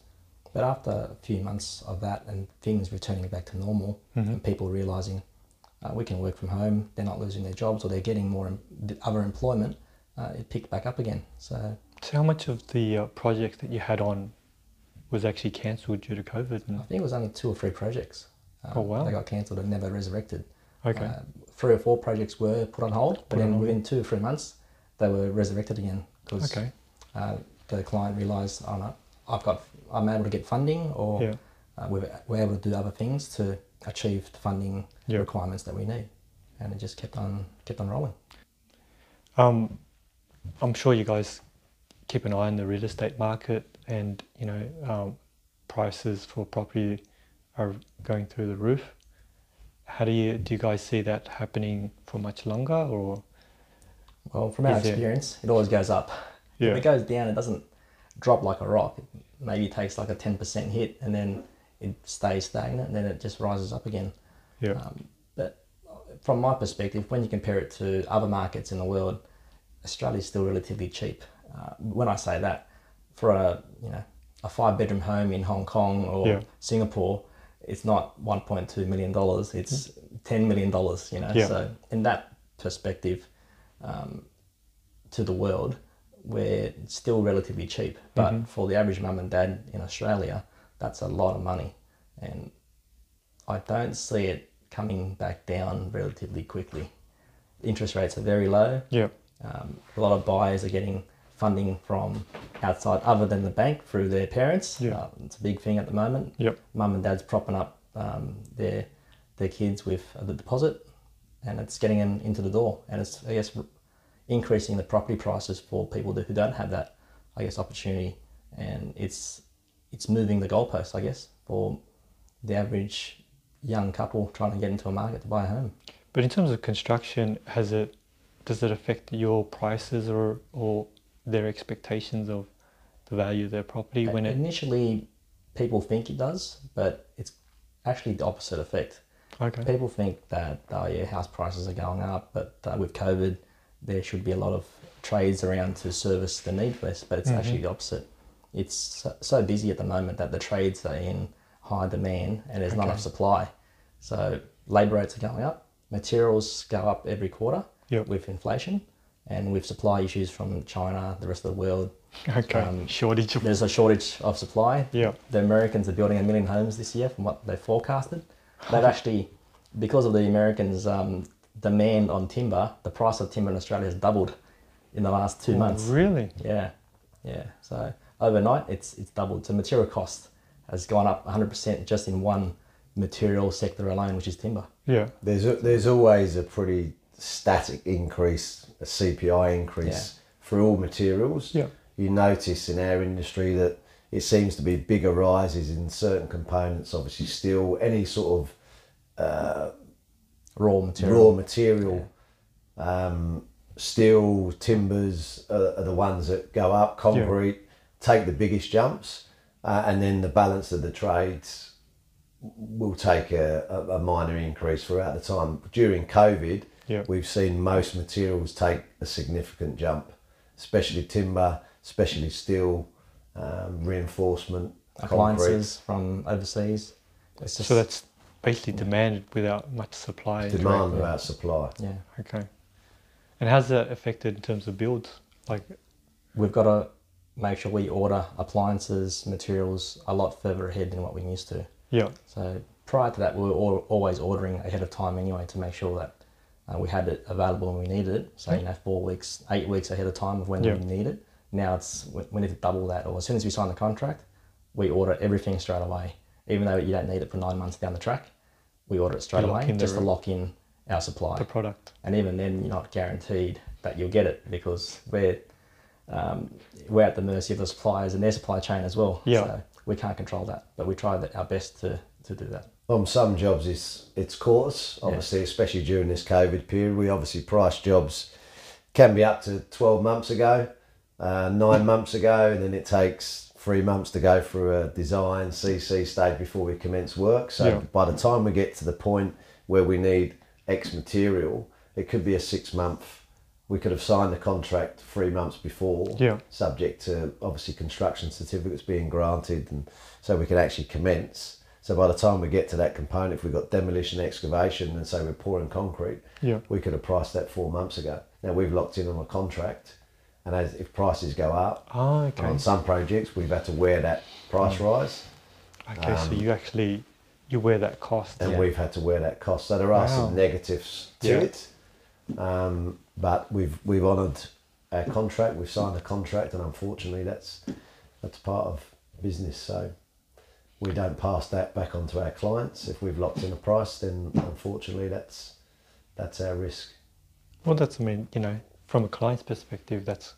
[SPEAKER 4] But after a few months of that and things returning back to normal and people realizing uh, we can work from home, they're not losing their jobs or they're getting more em- other employment, uh, it picked back up again. So
[SPEAKER 2] So, how much of the uh, projects that you had on was actually cancelled due to COVID?
[SPEAKER 4] I
[SPEAKER 2] And,
[SPEAKER 4] think it was only two or three projects. Um,
[SPEAKER 2] Oh, wow.
[SPEAKER 4] They got cancelled and never resurrected.
[SPEAKER 2] okay.
[SPEAKER 4] Uh, three or four projects were put on hold, but
[SPEAKER 2] Put on
[SPEAKER 4] then
[SPEAKER 2] hold.
[SPEAKER 4] within two or three months, they were resurrected again because
[SPEAKER 2] okay.
[SPEAKER 4] uh, the client realised, oh no, I've got, I'm able to get funding, or
[SPEAKER 2] Yeah.
[SPEAKER 4] uh, we're, we're able to do other things to achieve the funding
[SPEAKER 2] Yeah.
[SPEAKER 4] requirements that we need, and it just kept on kept on rolling.
[SPEAKER 2] Um, I'm sure you guys keep an eye on the real estate market, and you know um, prices for property are going through the roof. How do you do? You guys see that happening for much longer, or
[SPEAKER 4] Well, from our
[SPEAKER 2] Is it-
[SPEAKER 4] experience, it always goes up.
[SPEAKER 2] Yeah.
[SPEAKER 4] If it goes down, it doesn't drop like a rock. It maybe takes like a 10% hit and then it stays stagnant and then it just rises up again.
[SPEAKER 2] yeah,
[SPEAKER 4] Um, but from my perspective, when you compare it to other markets in the world, Australia's still relatively cheap. Uh, when I say that, for a you know a five bedroom home in Hong Kong or
[SPEAKER 2] Yeah.
[SPEAKER 4] Singapore, it's not 1.2 million dollars. It's 10 million dollars. You know,
[SPEAKER 2] Mm. Yeah.
[SPEAKER 4] so in that perspective, um, to the world, we're still relatively cheap. But for the average mum and dad in Australia, that's a lot of money, and I don't see it coming back down relatively quickly. Interest rates are very low.
[SPEAKER 2] yeah,
[SPEAKER 4] Um, a lot of buyers are getting funding from outside, other than the bank, through their parents.
[SPEAKER 2] Yeah.
[SPEAKER 4] Uh, it's a big thing at the moment.
[SPEAKER 2] Yep.
[SPEAKER 4] Mum and dad's propping up um, their their kids with the deposit, and it's getting them into the door, and it's I guess increasing the property prices for people that, who don't have that, I guess, opportunity, and it's it's moving the goalpost, I guess, for the average young couple trying to get into a market to buy a home.
[SPEAKER 2] But in terms of construction, has it does it affect your prices or or their expectations of the value of their property
[SPEAKER 4] Uh,
[SPEAKER 2] when it?
[SPEAKER 4] initially people think it does, but it's actually the opposite effect.
[SPEAKER 2] Okay.
[SPEAKER 4] People think that oh yeah, house prices are going up, but uh, with COVID, there should be a lot of trades around to service the need for this, but
[SPEAKER 2] Mm-hmm.
[SPEAKER 4] it's actually the opposite. It's so, so busy at the moment that the trades are in high demand and there's not enough supply. So labour rates are going up, materials go up every quarter
[SPEAKER 2] Yep.
[SPEAKER 4] with inflation, and with supply issues from China, the rest of the world,
[SPEAKER 2] Okay.
[SPEAKER 4] um,
[SPEAKER 2] Shortage of
[SPEAKER 4] there's a shortage of supply.
[SPEAKER 2] Yeah.
[SPEAKER 4] The Americans are building a million homes this year from what they forecasted. They've actually, because of the Americans' um, demand on timber, the price of timber in Australia has doubled in the last two months.
[SPEAKER 2] really.
[SPEAKER 4] Yeah, yeah. So overnight, it's it's doubled. So material cost has gone up 100% just in one material sector alone, which is timber.
[SPEAKER 2] Yeah.
[SPEAKER 3] There's a, there's always a pretty static increase, a CPI increase for all materials.
[SPEAKER 2] Yeah.
[SPEAKER 3] You notice in our industry that it seems to be bigger rises in certain components. Obviously, steel, any sort of
[SPEAKER 4] Raw material.
[SPEAKER 3] raw material, um, steel, timbers are, are the ones that go up. Concrete take the biggest jumps, uh, and then the balance of the trades will take a, a, a minor increase throughout the time. During COVID,
[SPEAKER 2] Yeah.
[SPEAKER 3] we've seen most materials take a significant jump, especially timber, especially steel, um, reinforcement,
[SPEAKER 4] Appliances from overseas. It's just
[SPEAKER 2] So that's basically demanded without much supply.
[SPEAKER 3] concrete, demand without supply.
[SPEAKER 4] yeah.
[SPEAKER 2] Okay. And how's that affected in terms of builds? Like,
[SPEAKER 4] we've got to make sure we order appliances, materials a lot further ahead than what we're used to.
[SPEAKER 2] yeah,
[SPEAKER 4] So prior to that, we were al- always ordering ahead of time anyway to make sure that uh, we had it available when we needed it. So you know, four weeks, eight weeks ahead of time of when
[SPEAKER 2] Yeah.
[SPEAKER 4] we need it, Now it's we we need to double that, or as soon as we sign the contract, we order everything straight away, even though you don't need it for nine months down the track. We order it straight
[SPEAKER 2] You lock
[SPEAKER 4] away
[SPEAKER 2] in the
[SPEAKER 4] just to
[SPEAKER 2] re-
[SPEAKER 4] lock in our supply.
[SPEAKER 2] the product.
[SPEAKER 4] and even then, you're not guaranteed that you'll get it because we're um, we're at the mercy of the suppliers and their supply chain as well.
[SPEAKER 2] Yeah.
[SPEAKER 4] So we can't control that, but we try that, our best to, to do that.
[SPEAKER 3] On Um, some jobs, it's it's caught us. Obviously, especially during this COVID period, we obviously price jobs can be up to twelve months ago, uh, nine months ago, and then it takes three months to go through a design CC stage before we commence work. So
[SPEAKER 2] Yeah.
[SPEAKER 3] by the time we get to the point where we need X material, it could be a six month. We could have signed the contract three months before,
[SPEAKER 2] Yeah.
[SPEAKER 3] subject to obviously construction certificates being granted, and so we could actually commence. So by the time we get to that component, if we've got demolition, excavation, and so we're pouring concrete,
[SPEAKER 2] Yeah.
[SPEAKER 3] we could have priced that four months ago. Now we've locked in on a contract, and as if prices go up
[SPEAKER 2] Ah,
[SPEAKER 3] and
[SPEAKER 2] okay.
[SPEAKER 3] on some projects, we've had to wear that price rise,
[SPEAKER 2] Okay, so you actually you wear that cost.
[SPEAKER 3] and
[SPEAKER 4] Yeah.
[SPEAKER 3] we've had to wear that cost. So there are some
[SPEAKER 2] Wow.
[SPEAKER 3] negatives to
[SPEAKER 2] Yeah.
[SPEAKER 3] it, um, but we've we've honoured our contract. We've signed a contract, and unfortunately, that's that's part of business. So. We don't pass that back on to our clients. If we've locked in a price, then unfortunately, that's that's our risk.
[SPEAKER 2] Well, that's I mean, you know, from a client's perspective, that's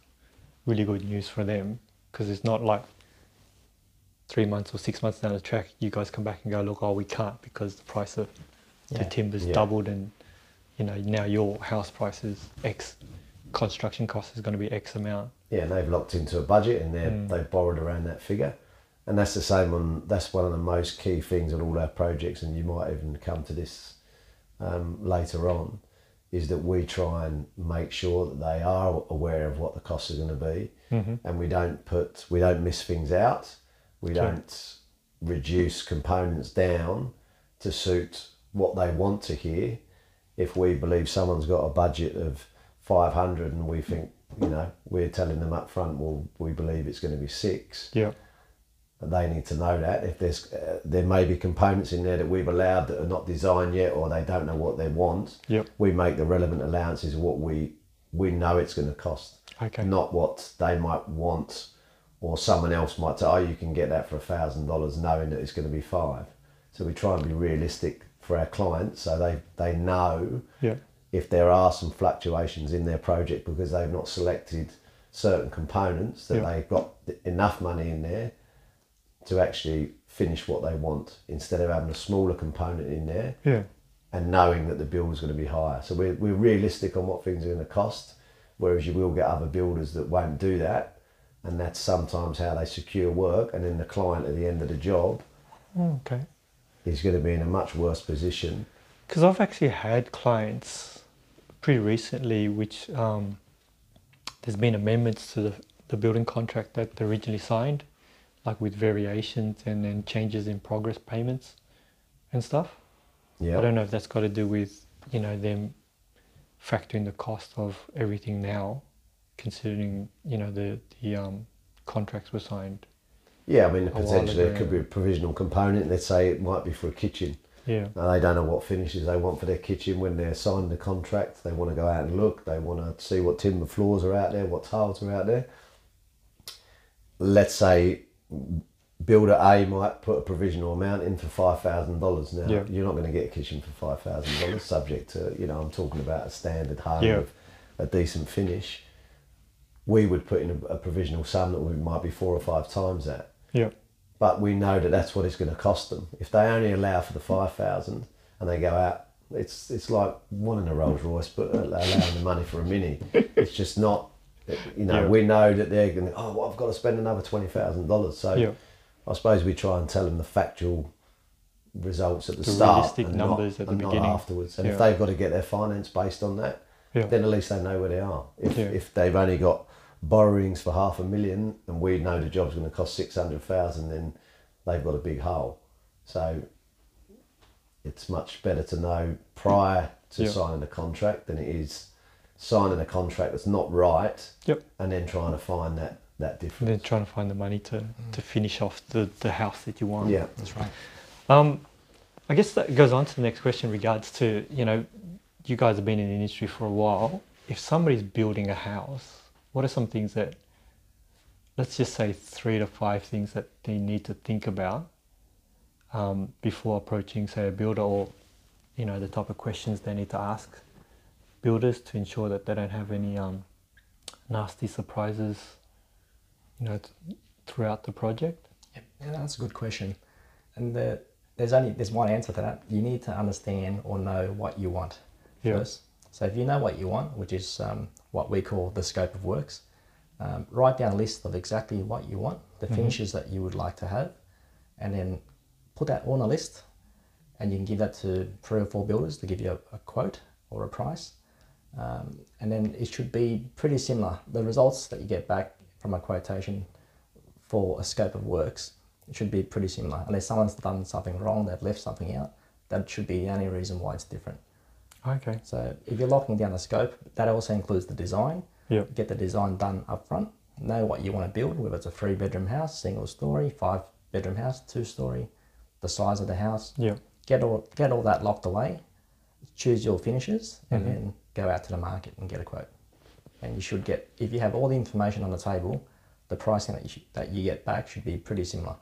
[SPEAKER 2] really good news for them because it's not like three months or six months down the track, you guys come back and go, look, oh, we can't because the price of the
[SPEAKER 4] Yeah.
[SPEAKER 2] timber's
[SPEAKER 3] Yeah.
[SPEAKER 2] doubled and you know now your house price is X, construction cost is going to be X amount.
[SPEAKER 3] yeah, and they've locked into a budget and they
[SPEAKER 2] Mm.
[SPEAKER 3] are they've borrowed around that figure. And that's the same on that's one of the most key things on all our projects, and you might even come to this um, later on, is that we try and make sure that they are aware of what the costs are going to be, and we don't put we don't miss things out, we
[SPEAKER 2] Sure.
[SPEAKER 3] don't reduce components down to suit what they want to hear. If we believe someone's got a budget of five hundred and we think you know we're telling them up front, well we believe it's going to be six,
[SPEAKER 2] Yeah.
[SPEAKER 3] they need to know that if there's uh, there may be components in there that we've allowed that are not designed yet or they don't know what they want
[SPEAKER 2] Yep.
[SPEAKER 3] we make the relevant allowances of what we we know it's going to cost
[SPEAKER 2] Okay.
[SPEAKER 3] not what they might want or someone else might say oh you can get that for a thousand dollars knowing that it's going to be five so we try and be realistic for our clients so they they know
[SPEAKER 2] Yeah.
[SPEAKER 3] if there are some fluctuations in their project because they've not selected certain components that
[SPEAKER 2] Yeah.
[SPEAKER 3] they've got enough money in there to actually finish what they want instead of having a smaller component in there
[SPEAKER 2] Yeah.
[SPEAKER 3] and knowing that the build is going to be higher. So we're, we're realistic on what things are going to cost, whereas you will get other builders that won't do that. And that's sometimes how they secure work. And then the client at the end of the job
[SPEAKER 2] Oh, Okay.
[SPEAKER 3] is going to be in a much worse position.
[SPEAKER 2] Because I've actually had clients pretty recently, which um, there's been amendments to the, the building contract that they originally signed, like with variations and then changes in progress payments and stuff.
[SPEAKER 3] Yeah.
[SPEAKER 2] I don't know if that's got to do with you know them factoring the cost of everything now, considering you know the the um, contracts were signed.
[SPEAKER 3] Yeah, I mean,
[SPEAKER 2] while
[SPEAKER 3] potentially it could
[SPEAKER 2] ago.
[SPEAKER 3] be a provisional component. Let's say it might be for a kitchen.
[SPEAKER 2] Yeah.
[SPEAKER 3] And they don't know what finishes they want for their kitchen when they're signing the contract. They want to go out and look. They want to see what timber floors are out there, what tiles are out there. Let's say builder A might put a provisional amount in for five thousand dollars. Now
[SPEAKER 2] Yeah.
[SPEAKER 3] you're not going to get a kitchen for five thousand dollars, subject to you know I'm talking about a standard home
[SPEAKER 2] Yeah.
[SPEAKER 3] with a decent finish. We would put in a, a provisional sum that we might be four or five times that
[SPEAKER 2] Yeah.
[SPEAKER 3] but we know that that's what it's going to cost them. If they only allow for the five thousand and they go out, it's it's like wanting a Rolls Royce, but allowing the money for a Mini. It's just not. You know,
[SPEAKER 2] Yeah.
[SPEAKER 3] we know that they're going. to, Oh, well, I've got to spend another twenty thousand dollars. So
[SPEAKER 2] Yeah.
[SPEAKER 3] I suppose we try and tell them the factual results at the,
[SPEAKER 2] The
[SPEAKER 3] start,
[SPEAKER 2] realistic
[SPEAKER 3] and not-
[SPEAKER 2] numbers at the
[SPEAKER 3] and not
[SPEAKER 2] beginning.
[SPEAKER 3] afterwards. And
[SPEAKER 2] Yeah.
[SPEAKER 3] if they've got to get their finance based on that,
[SPEAKER 2] Yeah.
[SPEAKER 3] then at least they know where they are. If,
[SPEAKER 2] Yeah.
[SPEAKER 3] if they've only got borrowings for half a million and we know the job's going to cost 600,000, then they've got a big hole. So it's much better to know prior to
[SPEAKER 2] Yeah.
[SPEAKER 3] signing a contract than it is signing a contract that's not right
[SPEAKER 2] Yep.
[SPEAKER 3] and then trying to find that, that difference.
[SPEAKER 2] And then trying to find the money to, to finish off the, the house that you want.
[SPEAKER 3] Yeah.
[SPEAKER 4] That's right.
[SPEAKER 2] Um, I guess that goes on to the next question regards to, you know, you guys have been in the industry for a while. If somebody's building a house, what are some things that let's just say three to five things that they need to think about um, before approaching, say, a builder or you know the type of questions they need to ask builders to ensure that they don't have any um, nasty surprises, you know, th- throughout the project.
[SPEAKER 4] Yeah, that's a good question. And the, there's only there's one answer to that. You need to understand or know what you want
[SPEAKER 2] Yeah.
[SPEAKER 4] first. So if you know what you want, which is um, what we call the scope of works, um, write down a list of exactly what you want, the finishes that you would like to have, and then put that on a list. And you can give that to three or four builders to give you a, a quote or a price. Um, and then it should be pretty similar. The results that you get back from a quotation for a scope of works, it should be pretty similar. Unless someone's done something wrong, they've left something out, that should be the only reason why it's different.
[SPEAKER 2] Okay.
[SPEAKER 4] So if you're locking down the scope, that also includes the design.
[SPEAKER 2] Yeah.
[SPEAKER 4] Get the design done up front. Know what you want to build, whether it's a three bedroom house, single story, five bedroom house, two story, the size of the house.
[SPEAKER 2] Yeah.
[SPEAKER 4] Get all get all that locked away. Choose your finishes and then go out to the market and get a quote. And you should get if you have all the information on the table, the pricing that you should, that you get back should be pretty similar.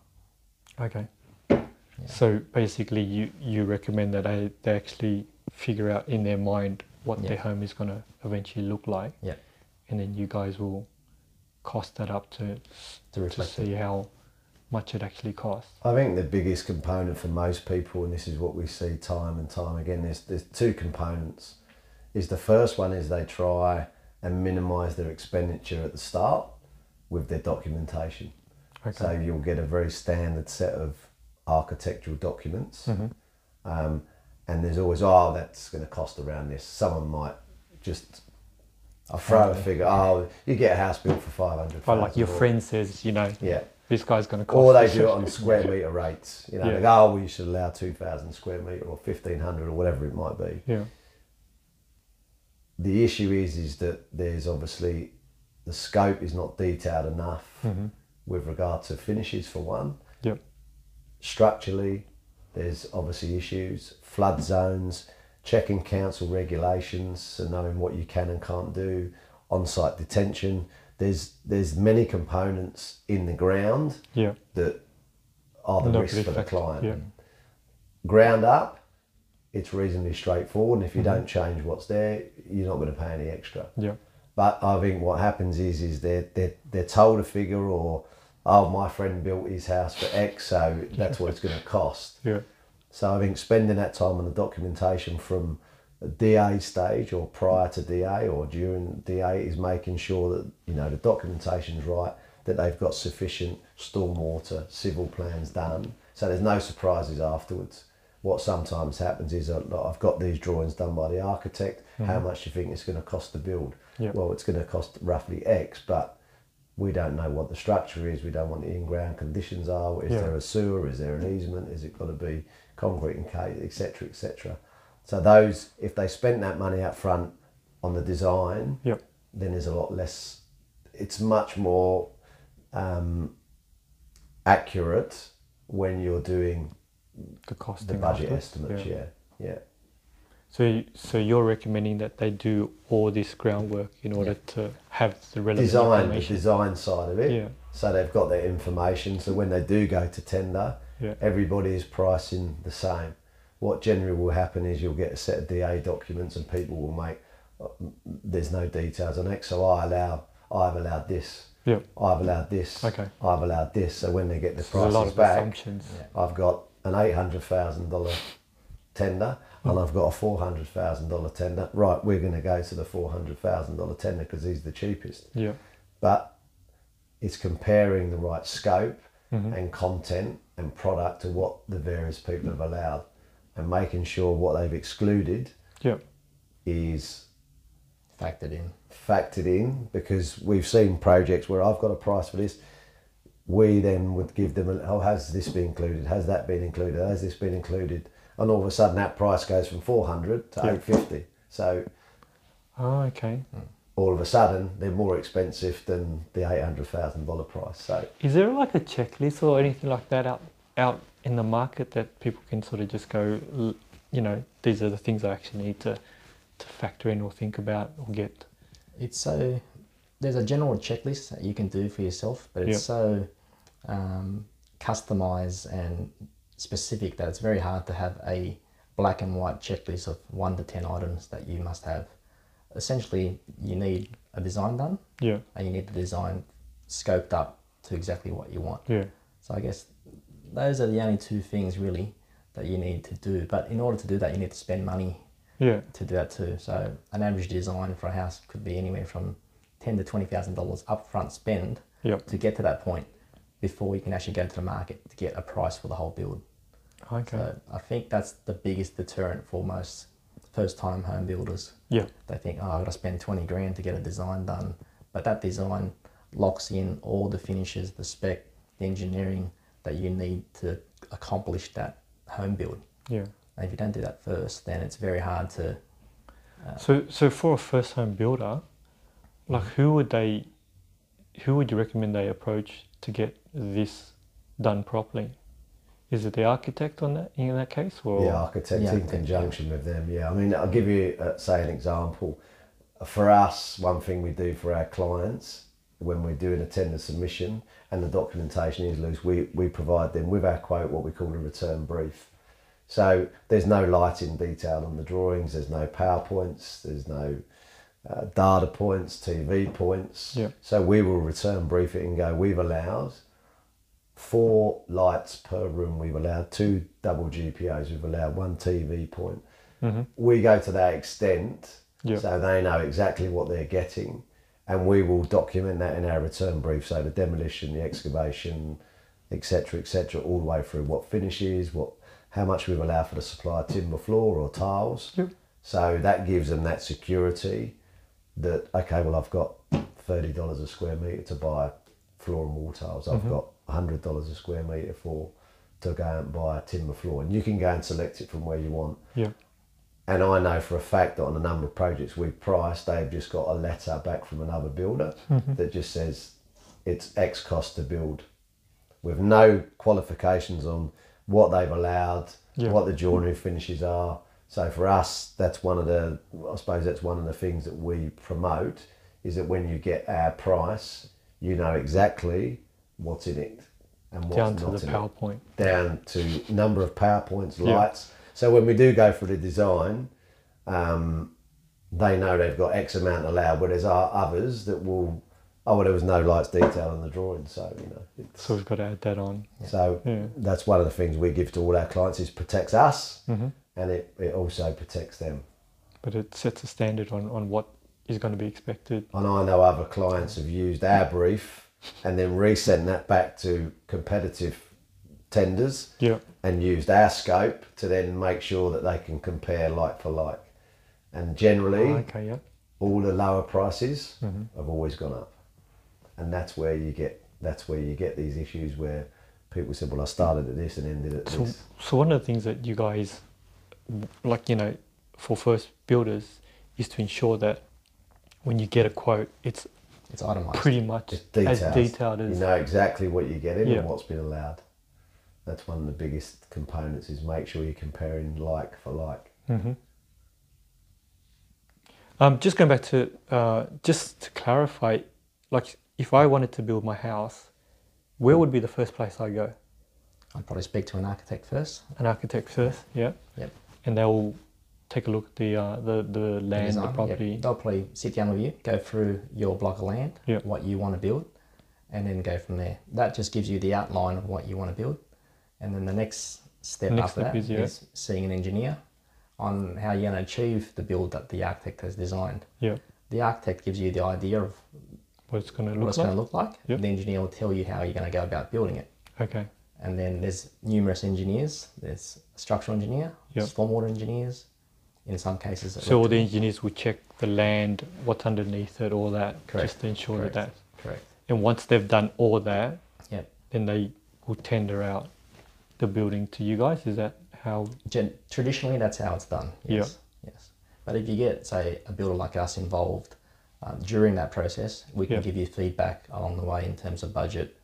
[SPEAKER 2] Okay. So basically, you you recommend that I, they actually figure out in their mind what their
[SPEAKER 4] Yeah.
[SPEAKER 2] home is going to eventually look like,
[SPEAKER 4] Yeah.
[SPEAKER 2] and then you guys will cost that up to
[SPEAKER 4] To reflect
[SPEAKER 2] to see how much it actually costs.
[SPEAKER 3] I think the biggest component for most people, and this is what we see time and time again, there's, there's two components. Is the first one is they try and minimise their expenditure at the start with their documentation.
[SPEAKER 2] Okay.
[SPEAKER 3] So you'll get a very standard set of architectural documents,
[SPEAKER 2] Mm-hmm.
[SPEAKER 3] um, and there's always oh that's going to cost around this. Someone might just throw a figure. Oh, you get a house built for five hundred.
[SPEAKER 2] But like your friend says, you know,
[SPEAKER 3] Yeah.
[SPEAKER 2] this guy's going to cost.
[SPEAKER 3] Or they
[SPEAKER 2] this
[SPEAKER 3] do it
[SPEAKER 2] much.
[SPEAKER 3] on square meter rates. You know,
[SPEAKER 2] Yeah.
[SPEAKER 3] like, oh, well, you should allow 2,000 square meter or 1,500 or whatever it might be.
[SPEAKER 2] Yeah.
[SPEAKER 3] The issue is, is that there's obviously the scope is not detailed enough
[SPEAKER 2] Mm-hmm.
[SPEAKER 3] with regard to finishes for one.
[SPEAKER 2] Yep.
[SPEAKER 3] Structurally, there's obviously issues, flood zones, checking council regulations, so knowing what you can and can't do, on-site detention. There's there's many components in the ground
[SPEAKER 2] Yeah.
[SPEAKER 3] that are the
[SPEAKER 2] Not
[SPEAKER 3] risks
[SPEAKER 2] really
[SPEAKER 3] for the
[SPEAKER 2] fact-
[SPEAKER 3] client.
[SPEAKER 2] Yeah.
[SPEAKER 3] Ground up, it's reasonably straightforward, and if you don't change what's there, you're not going to pay any extra.
[SPEAKER 2] Yeah.
[SPEAKER 3] But I think what happens is is they're they're, they're told a figure or oh my friend built his house for X, so that's what it's going to cost.
[SPEAKER 2] Yeah.
[SPEAKER 3] So I think spending that time on the documentation from the DA stage or prior to DA or during DA is making sure that you know the documentation's right, that they've got sufficient stormwater civil plans done, so there's no surprises afterwards. What sometimes happens is uh, look, I've got these drawings done by the architect. How much do you think it's going to cost to build?
[SPEAKER 2] Yeah.
[SPEAKER 3] Well, it's going to cost roughly X, but we don't know what the structure is. We don't want the in-ground conditions are. Is
[SPEAKER 2] Yeah.
[SPEAKER 3] there a sewer? Is there an easement? Is it going to be concrete and cave, etc., etc. So those, if they spent that money up front on the design,
[SPEAKER 2] Yep.
[SPEAKER 3] then there's a lot less. It's much more um, accurate when you're doing
[SPEAKER 2] The cost.
[SPEAKER 3] the budget estimates. Yeah, yeah.
[SPEAKER 2] So, you- so you're recommending that they do all this groundwork in order to have the relevant
[SPEAKER 3] Design, the
[SPEAKER 2] information.
[SPEAKER 3] design side of it.
[SPEAKER 2] Yeah.
[SPEAKER 3] So they've got their information. So when they do go to tender,
[SPEAKER 2] Yeah.
[SPEAKER 3] everybody is pricing the same. What generally will happen is you'll get a set of DA documents and people will make, uh, there's no details on X. So I allow, I've allowed this.
[SPEAKER 2] Yeah.
[SPEAKER 3] I've allowed this.
[SPEAKER 2] Okay.
[SPEAKER 3] I've allowed this. So when they get the
[SPEAKER 2] There's
[SPEAKER 3] prices
[SPEAKER 2] a lot of
[SPEAKER 3] back,
[SPEAKER 2] assumptions.
[SPEAKER 3] I've got an eight hundred thousand dollar tender and I've got a four hundred thousand dollar tender. Right, we're going to go to the four hundred thousand dollar tender because he's the cheapest
[SPEAKER 2] Yeah.
[SPEAKER 3] but it's comparing the right scope and content and product to what the various people have allowed and making sure what they've excluded
[SPEAKER 2] Yeah.
[SPEAKER 3] is
[SPEAKER 4] Factored in.
[SPEAKER 3] factored in because we've seen projects where I've got a price for this. We then would give them, a, oh, has this been included? Has that been included? Has this been included? And all of a sudden, that price goes from 400 to
[SPEAKER 2] Yeah.
[SPEAKER 3] 850. So
[SPEAKER 2] Oh, okay.
[SPEAKER 3] Mm. all of a sudden, they're more expensive than the $800,000 price. So
[SPEAKER 2] Is there like a checklist or anything like that out out in the market that people can sort of just go, "L- you know, these are the things I actually need to to factor in or think about or get?
[SPEAKER 4] It's so there's a general checklist that you can do for yourself, but it's
[SPEAKER 2] Yeah.
[SPEAKER 4] so um, customized and specific that it's very hard to have a black and white checklist of one to ten items that you must have. Essentially, you need a design done,
[SPEAKER 2] Yeah.
[SPEAKER 4] and you need the design scoped up to exactly what you want.
[SPEAKER 2] Yeah.
[SPEAKER 4] So I guess those are the only two things really that you need to do. But in order to do that, you need to spend money
[SPEAKER 2] Yeah.
[SPEAKER 4] to do that too. So an average design for a house could be anywhere from ten to twenty thousand dollars upfront spend
[SPEAKER 2] Yep.
[SPEAKER 4] to get to that point before you can actually go to the market to get a price for the whole build.
[SPEAKER 2] Okay.
[SPEAKER 4] So I think that's the biggest deterrent for most first time home builders.
[SPEAKER 2] Yeah.
[SPEAKER 4] They think, oh, I've got to spend 20 grand to get a design done. But that design locks in all the finishes, the spec, the engineering that you need to accomplish that home build.
[SPEAKER 2] Yeah.
[SPEAKER 4] And if you don't do that first, then it's very hard to.
[SPEAKER 2] So so for a first home builder, like who would they who would you recommend they approach to get this done properly? Is it the architect on that in that case or
[SPEAKER 3] Yeah, architect
[SPEAKER 4] Yeah,
[SPEAKER 3] in
[SPEAKER 4] architect,
[SPEAKER 3] conjunction with them. Yeah, I mean, I'll give you, uh, say, an example. For us, one thing we do for our clients when we're doing a tender submission and the documentation is loose, we, we provide them with our quote what we call a return brief. So there's no lighting detail on the drawings, there's no PowerPoints, there's no uh, data points, TV points.
[SPEAKER 2] Yeah.
[SPEAKER 3] So we will return brief it and go, we've allowed four lights per room we've allowed, two double GPOs we've allowed, one TV point. We go to that extent
[SPEAKER 2] Yeah.
[SPEAKER 3] so they know exactly what they're getting and we will document that in our return brief. So the demolition, the excavation, etc., etc., all the way through what finishes, what how much we've allowed for the supply of timber floor or tiles.
[SPEAKER 2] Yep.
[SPEAKER 3] So that gives them that security that okay, well I've got thirty dollars a square meter to buy floor and wall tiles. I've got hundred dollars a square meter for to go out and buy a timber floor, and you can go and select it from where you want.
[SPEAKER 2] yeah.
[SPEAKER 3] And I know for a fact that on a number of projects we've priced, they've just got a letter back from another builder
[SPEAKER 2] Mm-hmm.
[SPEAKER 3] that just says it's X cost to build with no qualifications on what they've allowed,
[SPEAKER 2] Yeah.
[SPEAKER 3] what the joinery finishes are. So for us, that's one of the, I suppose that's one of the things that we promote is that when you get our price, you know exactly what's in it and what's
[SPEAKER 2] Down
[SPEAKER 3] not
[SPEAKER 2] to the
[SPEAKER 3] in it
[SPEAKER 2] PowerPoint.
[SPEAKER 3] down to number of PowerPoints,
[SPEAKER 2] Yeah.
[SPEAKER 3] lights. So when we do go for the design, um, they know they've got X amount allowed, whereas there are others that will, oh, well, there was no lights detail on the drawing. So, you know, it's,
[SPEAKER 2] So we've got to add that on.
[SPEAKER 3] so
[SPEAKER 2] Yeah.
[SPEAKER 3] that's one of the things we give to all our clients is protects us
[SPEAKER 2] Mm-hmm.
[SPEAKER 3] and it, it also protects them.
[SPEAKER 2] But it sets a standard on, on what is going to be expected.
[SPEAKER 3] And I know other clients have used our brief and then resent that back to competitive tenders.
[SPEAKER 2] Yeah.
[SPEAKER 3] and used our scope to then make sure that they can compare like for like. And generally,
[SPEAKER 2] Okay, yeah.
[SPEAKER 3] all the lower prices
[SPEAKER 2] Mm-hmm.
[SPEAKER 3] have always gone up, and that's where you get that's where you get these issues where people said, "Well, I started at this and ended at
[SPEAKER 2] So,
[SPEAKER 3] this."
[SPEAKER 2] so one of the things that you guys, like you know, for first builders, is to ensure that when you get a quote, it's
[SPEAKER 4] It's itemized.
[SPEAKER 2] pretty much
[SPEAKER 3] It's
[SPEAKER 2] as
[SPEAKER 3] detailed.
[SPEAKER 2] detailed as
[SPEAKER 3] you know exactly what you're getting
[SPEAKER 2] Yeah.
[SPEAKER 3] and what's been allowed. That's one of the biggest components is make sure you're comparing like for like.
[SPEAKER 2] Mm-hmm. Um, just going back to uh, just to clarify, like if I wanted to build my house, where would be the first place I go?
[SPEAKER 4] I'd probably speak to an architect first.
[SPEAKER 2] An architect first, yeah,
[SPEAKER 4] Yep.
[SPEAKER 2] and they'll take a look at the uh, the the land,
[SPEAKER 4] design,
[SPEAKER 2] the
[SPEAKER 4] yeah.
[SPEAKER 2] property.
[SPEAKER 4] They'll probably sit down with you, go through your block of land,
[SPEAKER 2] Yeah.
[SPEAKER 4] what you want to build, and then go from there. That just gives you the outline of what you want to build. And then the next step
[SPEAKER 2] Next
[SPEAKER 4] after
[SPEAKER 2] step
[SPEAKER 4] that
[SPEAKER 2] is,
[SPEAKER 4] is,
[SPEAKER 2] yeah.
[SPEAKER 4] seeing an engineer on how you're going to achieve the build that the architect has designed.
[SPEAKER 2] Yeah,
[SPEAKER 4] The architect gives you the idea of
[SPEAKER 2] what it's going to
[SPEAKER 4] what
[SPEAKER 2] look
[SPEAKER 4] it's
[SPEAKER 2] like.
[SPEAKER 4] going to look like.
[SPEAKER 2] Yeah.
[SPEAKER 4] The engineer will tell you how you're going to go about building it.
[SPEAKER 2] Okay,
[SPEAKER 4] And then there's numerous engineers. There's a structural engineer,
[SPEAKER 2] Yeah.
[SPEAKER 4] stormwater engineers, in some cases.
[SPEAKER 2] so all the
[SPEAKER 4] electrical-
[SPEAKER 2] engineers would check the land, what's underneath it, all that,
[SPEAKER 4] Correct.
[SPEAKER 2] just to ensure that.
[SPEAKER 4] Correct. Correct.
[SPEAKER 2] And once they've done all that,
[SPEAKER 4] Yep.
[SPEAKER 2] then they will tender out the building to you guys. Is that how?
[SPEAKER 4] Gen- traditionally, that's how it's done.
[SPEAKER 2] Yeah.
[SPEAKER 4] Yes. Yes. But if you get, say, a builder like us involved um, during that process, we can
[SPEAKER 2] Yeah.
[SPEAKER 4] give you feedback along the way in terms of budget,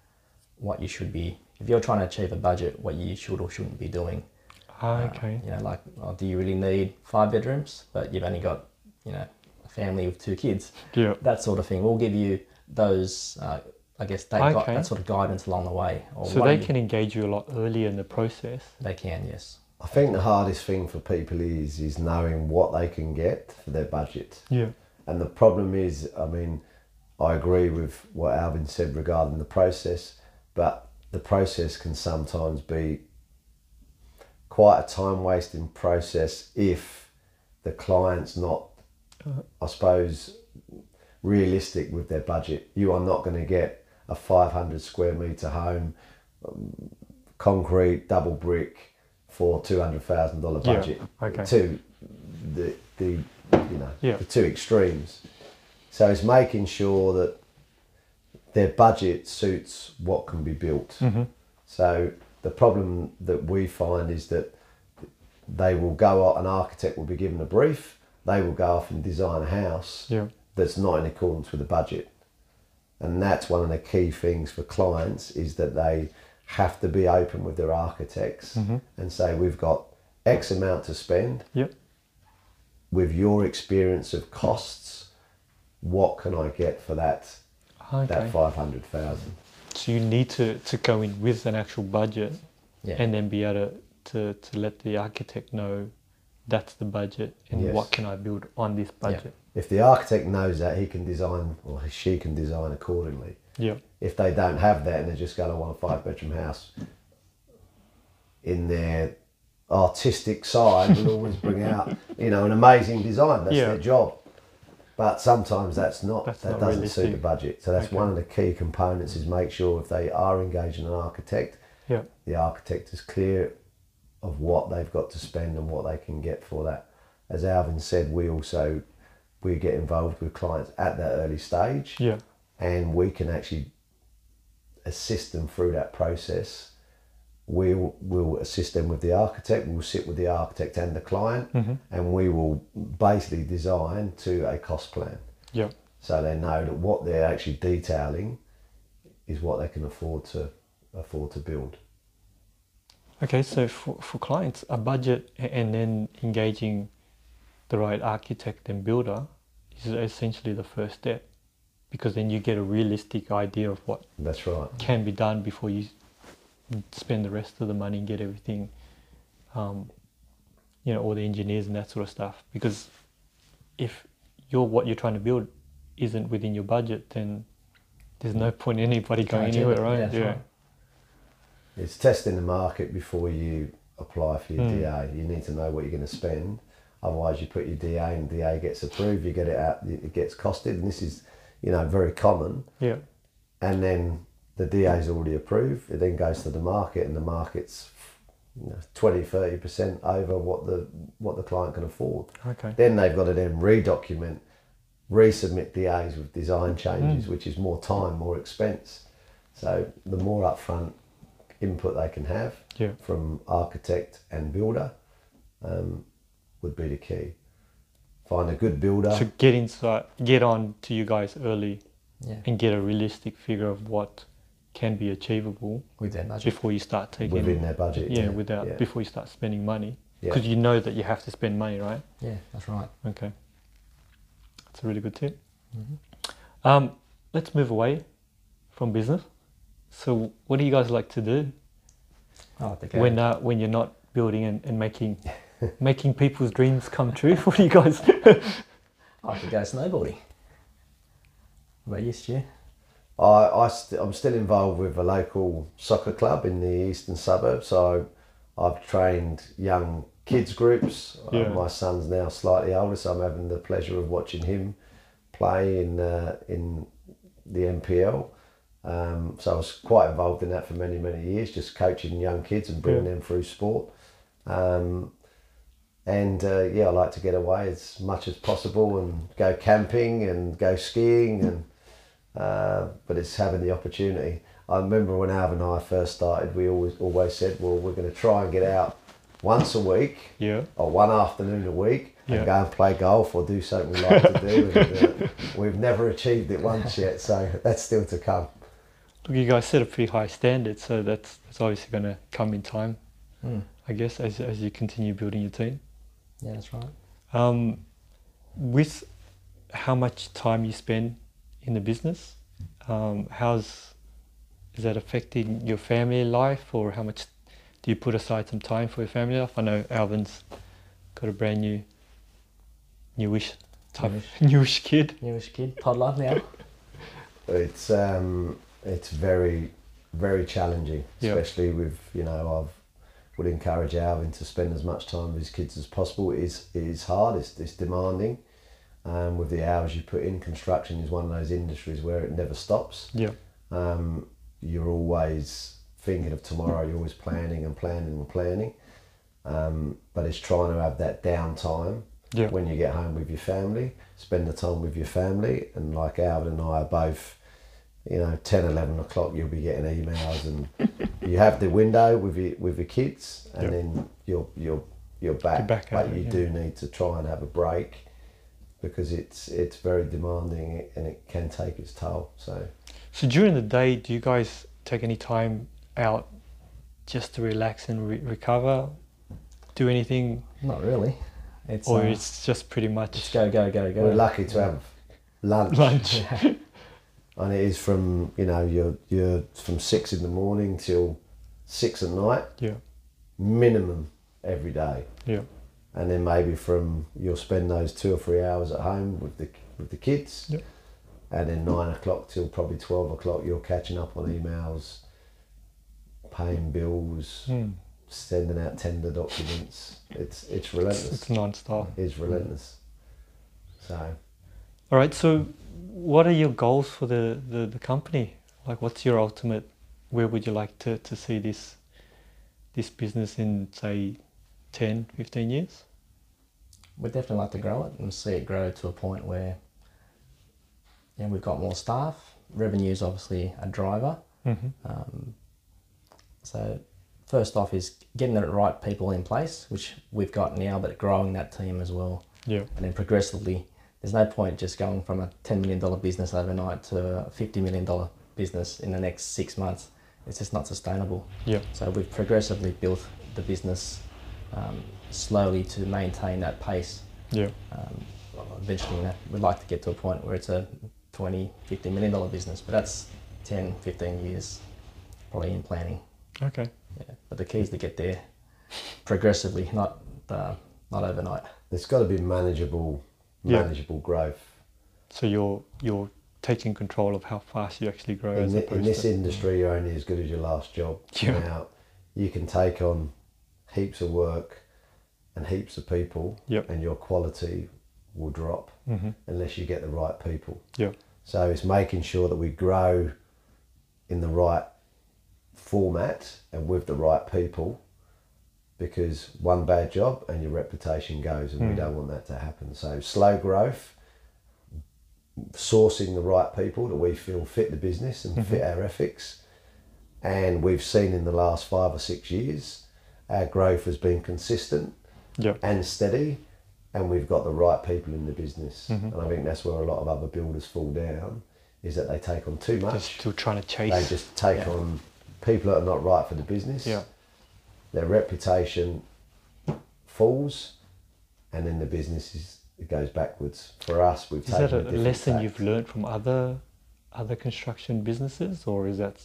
[SPEAKER 4] what you should be, if you're trying to achieve a budget, what you should or shouldn't be doing.
[SPEAKER 2] Ah,
[SPEAKER 4] Uh,
[SPEAKER 2] okay.
[SPEAKER 4] you know, like, oh, do you really need five bedrooms, but you've only got, you know, a family with two kids,
[SPEAKER 2] Yeah.
[SPEAKER 4] that sort of thing. We'll give you those, uh, I guess, they've got
[SPEAKER 2] Okay.
[SPEAKER 4] that sort of guidance along the way. Or
[SPEAKER 2] So
[SPEAKER 4] what
[SPEAKER 2] they
[SPEAKER 4] do you-
[SPEAKER 2] can engage you a lot earlier in the process.
[SPEAKER 4] They can, yes.
[SPEAKER 3] I think the hardest thing for people is is knowing what they can get for their budget.
[SPEAKER 2] Yeah.
[SPEAKER 3] And the problem is, I mean, I agree with what Alvin said regarding the process, but the process can sometimes be quite a time wasting process if the client's not,
[SPEAKER 2] Uh-huh.
[SPEAKER 3] I suppose, realistic with their budget. You are not going to get a 500 square metre home, um, concrete, double brick for $200,000
[SPEAKER 2] Yeah,
[SPEAKER 3] budget.
[SPEAKER 2] okay.
[SPEAKER 3] To the, the, you know,
[SPEAKER 2] Yeah.
[SPEAKER 3] the two extremes. So it's making sure that their budget suits what can be built.
[SPEAKER 2] Mm-hmm.
[SPEAKER 3] So the problem that we find is that they will go out, an architect will be given a brief, they will go off and design a house
[SPEAKER 2] Yeah.
[SPEAKER 3] that's not in accordance with the budget. And that's one of the key things for clients is that they have to be open with their architects
[SPEAKER 2] Mm-hmm.
[SPEAKER 3] and say, we've got X amount to spend
[SPEAKER 2] Yep.
[SPEAKER 3] with your experience of costs, what can I get for that
[SPEAKER 2] Okay.
[SPEAKER 3] that five hundred thousand?
[SPEAKER 2] So you need to, to go in with an actual budget
[SPEAKER 4] Yeah.
[SPEAKER 2] and then be able to, to, to let the architect know that's the budget and
[SPEAKER 3] Yes.
[SPEAKER 2] what can I build on this budget.
[SPEAKER 3] If the architect knows that, he can design or she can design accordingly.
[SPEAKER 2] Yeah.
[SPEAKER 3] If they don't have that and they're just going to want a five bedroom house, in their artistic side will always bring out you know an amazing design. That's
[SPEAKER 2] Yeah.
[SPEAKER 3] their job. But sometimes that's not
[SPEAKER 2] That's
[SPEAKER 3] that
[SPEAKER 2] not
[SPEAKER 3] doesn't suit the
[SPEAKER 2] realistic.
[SPEAKER 3] budget. So that's
[SPEAKER 2] Okay.
[SPEAKER 3] one of the key components is make sure if they are engaging an architect,
[SPEAKER 2] Yeah.
[SPEAKER 3] the architect is clear of what they've got to spend and what they can get for that. As Alvin said, we also we get involved with clients at that early stage,
[SPEAKER 2] Yeah.
[SPEAKER 3] and we can actually assist them through that process. We will we'll assist them with the architect. We'll sit with the architect and the client, and we will basically design to a cost plan,
[SPEAKER 2] Yeah.
[SPEAKER 3] so they know that what they're actually detailing is what they can afford to afford to build.
[SPEAKER 2] Okay, so for, for clients, a budget a- and then engaging the right architect and builder is essentially the first step because then you get a realistic idea of what
[SPEAKER 3] That's right.
[SPEAKER 2] can be done before you spend the rest of the money and get everything, um, you know, all the engineers and that sort of stuff. Because if your what you're trying to build isn't within your budget, then there's no point in anybody going
[SPEAKER 4] Can't achieve
[SPEAKER 2] anywhere,
[SPEAKER 4] it.
[SPEAKER 2] right?
[SPEAKER 4] Yeah, that's right.
[SPEAKER 3] It's testing the market before you apply for your DA. You need to know what you're going to spend. Otherwise, you put your DA and DA gets approved. You get it out. It gets costed, and this is, you know, very common.
[SPEAKER 2] Yeah.
[SPEAKER 3] And then the DA is already approved. It then goes to the market, and the market's you know, 20, 30 percent over what the what the client can afford.
[SPEAKER 2] Okay.
[SPEAKER 3] Then they've got to then redocument, resubmit DAs with design changes,
[SPEAKER 2] Mm.
[SPEAKER 3] which is more time, more expense. So the more upfront input they can have
[SPEAKER 2] Yeah.
[SPEAKER 3] from architect and builder um, would be the key. Find a good builder.
[SPEAKER 2] So get inside, get on to you guys early,
[SPEAKER 4] Yeah.
[SPEAKER 2] and get a realistic figure of what can be achievable
[SPEAKER 4] With their budget.
[SPEAKER 2] before you start taking
[SPEAKER 3] Within their budget,
[SPEAKER 2] Yeah,
[SPEAKER 3] yeah,
[SPEAKER 2] without
[SPEAKER 3] yeah.
[SPEAKER 2] before you start spending money,
[SPEAKER 3] Yeah.
[SPEAKER 2] because you know that you have to spend money, right?
[SPEAKER 4] Yeah, that's right.
[SPEAKER 2] Okay, that's a really good tip.
[SPEAKER 3] Mm-hmm.
[SPEAKER 2] Um, let's move away from business. So, what do you guys like to do
[SPEAKER 4] I like to go.
[SPEAKER 2] when uh, when you're not building and, and making making people's dreams come true? What do you guys?
[SPEAKER 4] I like to go snowboarding. But yes, yeah.
[SPEAKER 3] I, I st- I'm still involved with a local soccer club in the eastern suburbs. So I've trained young kids groups. Uh,
[SPEAKER 2] Yeah.
[SPEAKER 3] my son's now slightly older, so I'm having the pleasure of watching him play in uh, in the MPL. Um, so I was quite involved in that for many many years, just coaching young kids and bringing
[SPEAKER 2] Yeah.
[SPEAKER 3] them through sport. Um, and uh, yeah, I like to get away as much as possible and go camping and go skiing and uh, but it's having the opportunity. I remember when Alv and I first started, we always always said, well, we're going to try and get out once a week
[SPEAKER 2] Yeah.
[SPEAKER 3] or one afternoon a week
[SPEAKER 2] Yeah.
[SPEAKER 3] and go and play golf or do something we like to do. And, uh, we've never achieved it once yet, so that's still to come.
[SPEAKER 2] Look, you guys set a pretty high standard, so that's that's obviously going to come in time, I guess, as as you continue building your team.
[SPEAKER 4] Yeah, that's right.
[SPEAKER 2] Um, with how much time you spend in the business. Um, how's is that affecting your family life, or how much do you put aside some time for your family life? I know Alvin's got a brand new, newish type,
[SPEAKER 4] Newish.
[SPEAKER 2] newish kid.
[SPEAKER 4] Newish kid, toddler now.
[SPEAKER 3] It's um, it's very, very challenging,
[SPEAKER 2] Yeah.
[SPEAKER 3] especially with you know I've would encourage Alvin to spend as much time with his kids as possible. It is it is hard. It's it's demanding. Um, with the hours you put in, construction is one of those industries where it never stops.
[SPEAKER 2] Yeah,
[SPEAKER 3] Um, you're always thinking of tomorrow. You're always planning and planning and planning. Um, but it's trying to have that downtime
[SPEAKER 2] yeah,
[SPEAKER 3] when you get home with your family, spend the time with your family. And like Alvin and I are both, you know, 10, 11 o'clock, you'll be getting emails and you have the window with your, with your kids and
[SPEAKER 2] Yeah.
[SPEAKER 3] then you're, you're, you're back.
[SPEAKER 2] You're back at
[SPEAKER 3] but
[SPEAKER 2] it,
[SPEAKER 3] you
[SPEAKER 2] yeah.
[SPEAKER 3] do need to try and have a break because it's, it's very demanding and it can take its toll. So
[SPEAKER 2] So during the day, do you guys take any time out just to relax and re- recover? Do anything,
[SPEAKER 4] Not really. It's,
[SPEAKER 2] or
[SPEAKER 4] uh,
[SPEAKER 2] it's just pretty
[SPEAKER 4] it's
[SPEAKER 2] much
[SPEAKER 4] go, go, go, go.
[SPEAKER 3] we're lucky to have lunch.
[SPEAKER 2] lunch?
[SPEAKER 3] and it is from, you know, you're, you're from six in the morning till six at night,
[SPEAKER 2] Yeah,
[SPEAKER 3] minimum every day.
[SPEAKER 2] yeah,
[SPEAKER 3] and then maybe from you'll spend those two or three hours at home with the with the kids,
[SPEAKER 2] Yep.
[SPEAKER 3] and then nine o'clock till probably twelve o'clock you're catching up on emails, paying bills,
[SPEAKER 2] Hmm.
[SPEAKER 3] sending out tender documents. It's it's
[SPEAKER 2] It's, it's
[SPEAKER 3] relentless.
[SPEAKER 2] non-stop.
[SPEAKER 3] It's relentless. So
[SPEAKER 2] All right. So, what are your goals for the, the, the company? Like, what's your ultimate? Where would you like to, to see this this business in say 10, 15 years?
[SPEAKER 4] We'd definitely like to grow it and see it grow to a point where yeah, we've got more staff. Revenue's obviously a driver.
[SPEAKER 2] Mm-hmm.
[SPEAKER 4] Um, so first off is getting the right people in place, which we've got now, but growing that team as well.
[SPEAKER 2] Yeah.
[SPEAKER 4] and then progressively. There's no point just going from a $10 million business overnight to a $50 million business in the next six months. It's just not sustainable.
[SPEAKER 2] Yeah.
[SPEAKER 4] So we've progressively built the business um, slowly to maintain that pace.
[SPEAKER 2] Yeah.
[SPEAKER 4] Um, eventually, you know, we'd like to get to a point where it's a $20, $50 million business, but that's 10, 15 years probably in planning.
[SPEAKER 2] Okay.
[SPEAKER 4] Yeah. But the key is to get there progressively, not, uh, not overnight.
[SPEAKER 3] it's got to be manageable,
[SPEAKER 2] Yeah.
[SPEAKER 3] manageable growth.
[SPEAKER 2] So you're you're taking control of how fast you actually grow
[SPEAKER 3] In,
[SPEAKER 2] as
[SPEAKER 3] thi-
[SPEAKER 2] opposed
[SPEAKER 3] in this
[SPEAKER 2] to
[SPEAKER 3] industry, you're only as good as your last job.
[SPEAKER 2] Yeah.
[SPEAKER 3] Now, you can take on heaps of work and heaps of people,
[SPEAKER 2] Yep. Mm-hmm.
[SPEAKER 3] and your quality will drop unless you get the right people.
[SPEAKER 2] yeah
[SPEAKER 3] So it's making sure that we grow in the right format and with the right people because one bad job and your reputation goes and we don't want that to happen. So slow growth, sourcing the right people that we feel fit the business and fit our ethics. And we've seen in the last five or six years our growth has been consistent
[SPEAKER 2] yeah
[SPEAKER 3] and steady, and we've got the right people in the business.
[SPEAKER 2] Mm-hmm.
[SPEAKER 3] And I think that's where a lot of other builders fall down, is that they take on too
[SPEAKER 2] they're
[SPEAKER 3] much.
[SPEAKER 2] still trying to chase
[SPEAKER 3] They just take on people that are not right for the business.
[SPEAKER 2] yeah
[SPEAKER 3] Their reputation falls, and then the business is it goes backwards. For us, we've
[SPEAKER 2] is
[SPEAKER 3] taken
[SPEAKER 2] that a
[SPEAKER 3] a different
[SPEAKER 2] lesson
[SPEAKER 3] tack.
[SPEAKER 2] you've learned from other other construction businesses or is that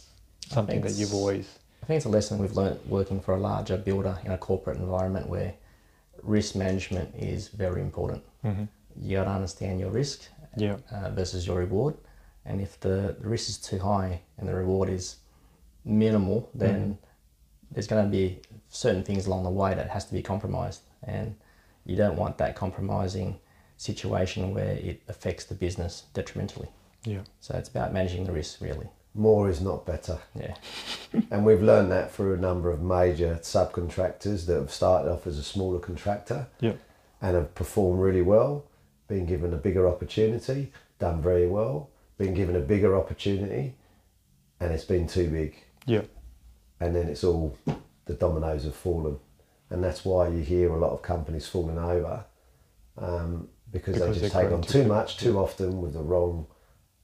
[SPEAKER 2] something that you've
[SPEAKER 4] it's-
[SPEAKER 2] always
[SPEAKER 4] I think it's a lesson we've learnt working for a larger builder in a corporate environment where risk management is very important.
[SPEAKER 2] mm-hmm.
[SPEAKER 4] You got to understand your risk
[SPEAKER 2] yeah
[SPEAKER 4] uh, versus your reward, and if the, the risk is too high and the reward is minimal, then there's going to be certain things along the way that has to be compromised, and you don't want that compromising situation where it affects the business detrimentally.
[SPEAKER 2] yeah
[SPEAKER 4] So it's about managing the risk, really.
[SPEAKER 3] More is not better.
[SPEAKER 4] Yeah.
[SPEAKER 3] And we've learned that through a number of major subcontractors that have started off as a smaller contractor
[SPEAKER 2] yeah
[SPEAKER 3] and have performed really well, been given a bigger opportunity, done very well, been given a bigger opportunity, and it's been too big.
[SPEAKER 2] yeah
[SPEAKER 3] And then it's all the dominoes have fallen. And that's why you hear a lot of companies falling over um,
[SPEAKER 2] Because
[SPEAKER 3] because, they
[SPEAKER 2] they've
[SPEAKER 3] just take
[SPEAKER 2] grown
[SPEAKER 3] on
[SPEAKER 2] too
[SPEAKER 3] too
[SPEAKER 2] quick,
[SPEAKER 3] much, too often, with the wrong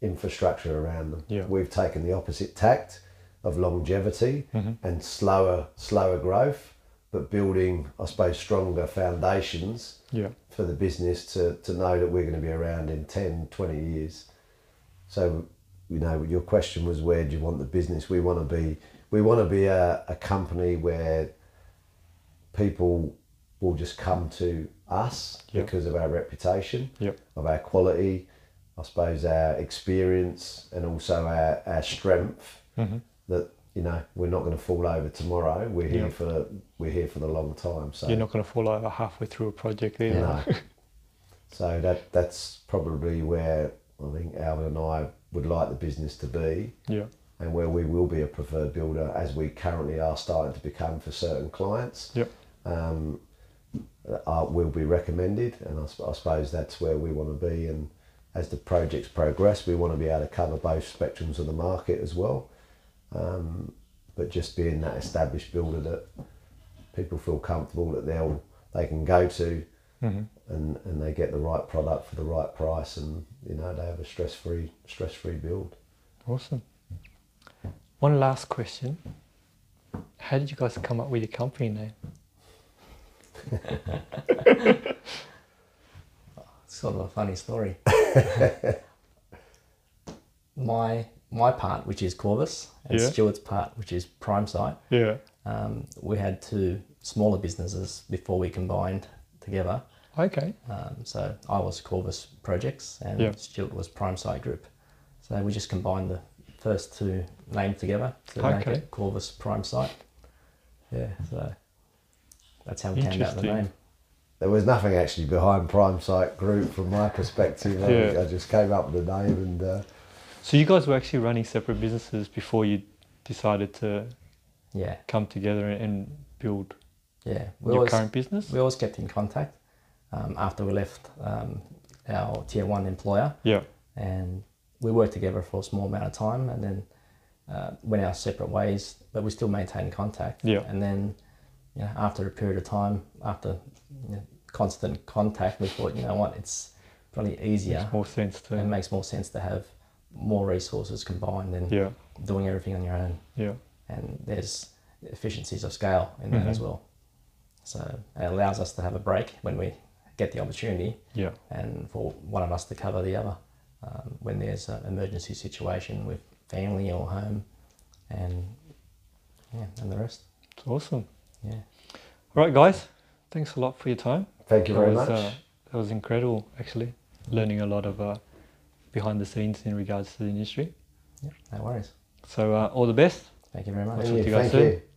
[SPEAKER 3] infrastructure around them.
[SPEAKER 2] Yeah.
[SPEAKER 3] We've
[SPEAKER 2] Mm-hmm.
[SPEAKER 3] taken the opposite tact of longevity and slower, slower growth but building, I suppose, stronger foundations
[SPEAKER 2] Yeah.
[SPEAKER 3] for the business to, to know that we're going to be around in 10, 20 years. So, you know, your question was where do you want the business? We want to be, we want to be a, a company where people will just come to us
[SPEAKER 2] Yeah.
[SPEAKER 3] because of our reputation,
[SPEAKER 2] Yeah.
[SPEAKER 3] of our quality, I suppose our experience, and also our, our strength.
[SPEAKER 2] Mm-hmm.
[SPEAKER 3] That you know we're not going to fall over tomorrow. We're here
[SPEAKER 2] Yeah.
[SPEAKER 3] for we're here for the long time. So
[SPEAKER 2] You're not going to fall over halfway through a project either.
[SPEAKER 3] no. so that that's probably where I think Alvin and I would like the business to be,
[SPEAKER 2] Yeah.
[SPEAKER 3] and where we will be a preferred builder as we currently are starting to become for certain clients.
[SPEAKER 2] Yep.
[SPEAKER 3] Um, are, will be recommended, and I, sp- I suppose that's where we want to be. And as the projects progress, we want to be able to cover both spectrums of the market as well. Um, but just being that established builder that people feel comfortable that they'll they can go to
[SPEAKER 2] Mm-hmm.
[SPEAKER 3] and, and they get the right product for the right price and you know they have a stress free stress free build.
[SPEAKER 2] Awesome. One last question. How did you guys come up with your company name?
[SPEAKER 4] sort of a funny story. my my part, which is Corvus, and
[SPEAKER 2] Yeah.
[SPEAKER 4] Stuart's part, which is Prime Site,
[SPEAKER 2] Yeah.
[SPEAKER 4] um, we had two smaller businesses before we combined together.
[SPEAKER 2] Okay.
[SPEAKER 4] Um, so I was Corvus Projects and
[SPEAKER 2] Yeah.
[SPEAKER 4] Stuart was Prime Site Group. So we just combined the first two names together to make
[SPEAKER 2] Okay.
[SPEAKER 4] it Corvus Prime Site. Yeah, so that's how we came out with the
[SPEAKER 2] Interesting.
[SPEAKER 4] name.
[SPEAKER 3] There was nothing actually behind Prime Site Group from my perspective. I,
[SPEAKER 2] Yeah.
[SPEAKER 3] I just came up with the name and uh,
[SPEAKER 2] So you guys were actually running separate businesses before you decided to
[SPEAKER 4] Yeah,
[SPEAKER 2] come together and build
[SPEAKER 4] yeah. We
[SPEAKER 2] your
[SPEAKER 4] always-
[SPEAKER 2] current business?
[SPEAKER 4] we always kept in contact um, after we left um, our tier one employer
[SPEAKER 2] Yeah.
[SPEAKER 4] and we worked together for a small amount of time and then uh, went our separate ways but we still maintained contact
[SPEAKER 2] Yeah.
[SPEAKER 4] and then you know, after a period of time after you know, constant contact we thought you know what it's probably easier
[SPEAKER 2] Makes more sense
[SPEAKER 4] and it
[SPEAKER 2] to.
[SPEAKER 4] makes more sense to have more resources combined than
[SPEAKER 2] Yeah.
[SPEAKER 4] doing everything on your own
[SPEAKER 2] Yeah.
[SPEAKER 4] and there's efficiencies of scale in
[SPEAKER 2] Mm-hmm.
[SPEAKER 4] that as well. So it allows us to have a break when we get the opportunity,
[SPEAKER 2] Yeah.
[SPEAKER 4] and for one of us to cover the other um, when there's an emergency situation with family or home, and yeah, and the rest.
[SPEAKER 2] It's awesome.
[SPEAKER 4] Yeah,
[SPEAKER 2] All right, guys. Thanks a lot for your time.
[SPEAKER 3] thank you very
[SPEAKER 2] was,
[SPEAKER 3] much.
[SPEAKER 2] Uh, that was incredible, actually. Learning a lot of uh, behind the scenes in regards to the industry.
[SPEAKER 4] yeah, no worries.
[SPEAKER 2] So uh, all the best.
[SPEAKER 4] Thank you very much.
[SPEAKER 2] That's what
[SPEAKER 3] Yeah,
[SPEAKER 2] you guys
[SPEAKER 3] thank
[SPEAKER 2] do.
[SPEAKER 3] you.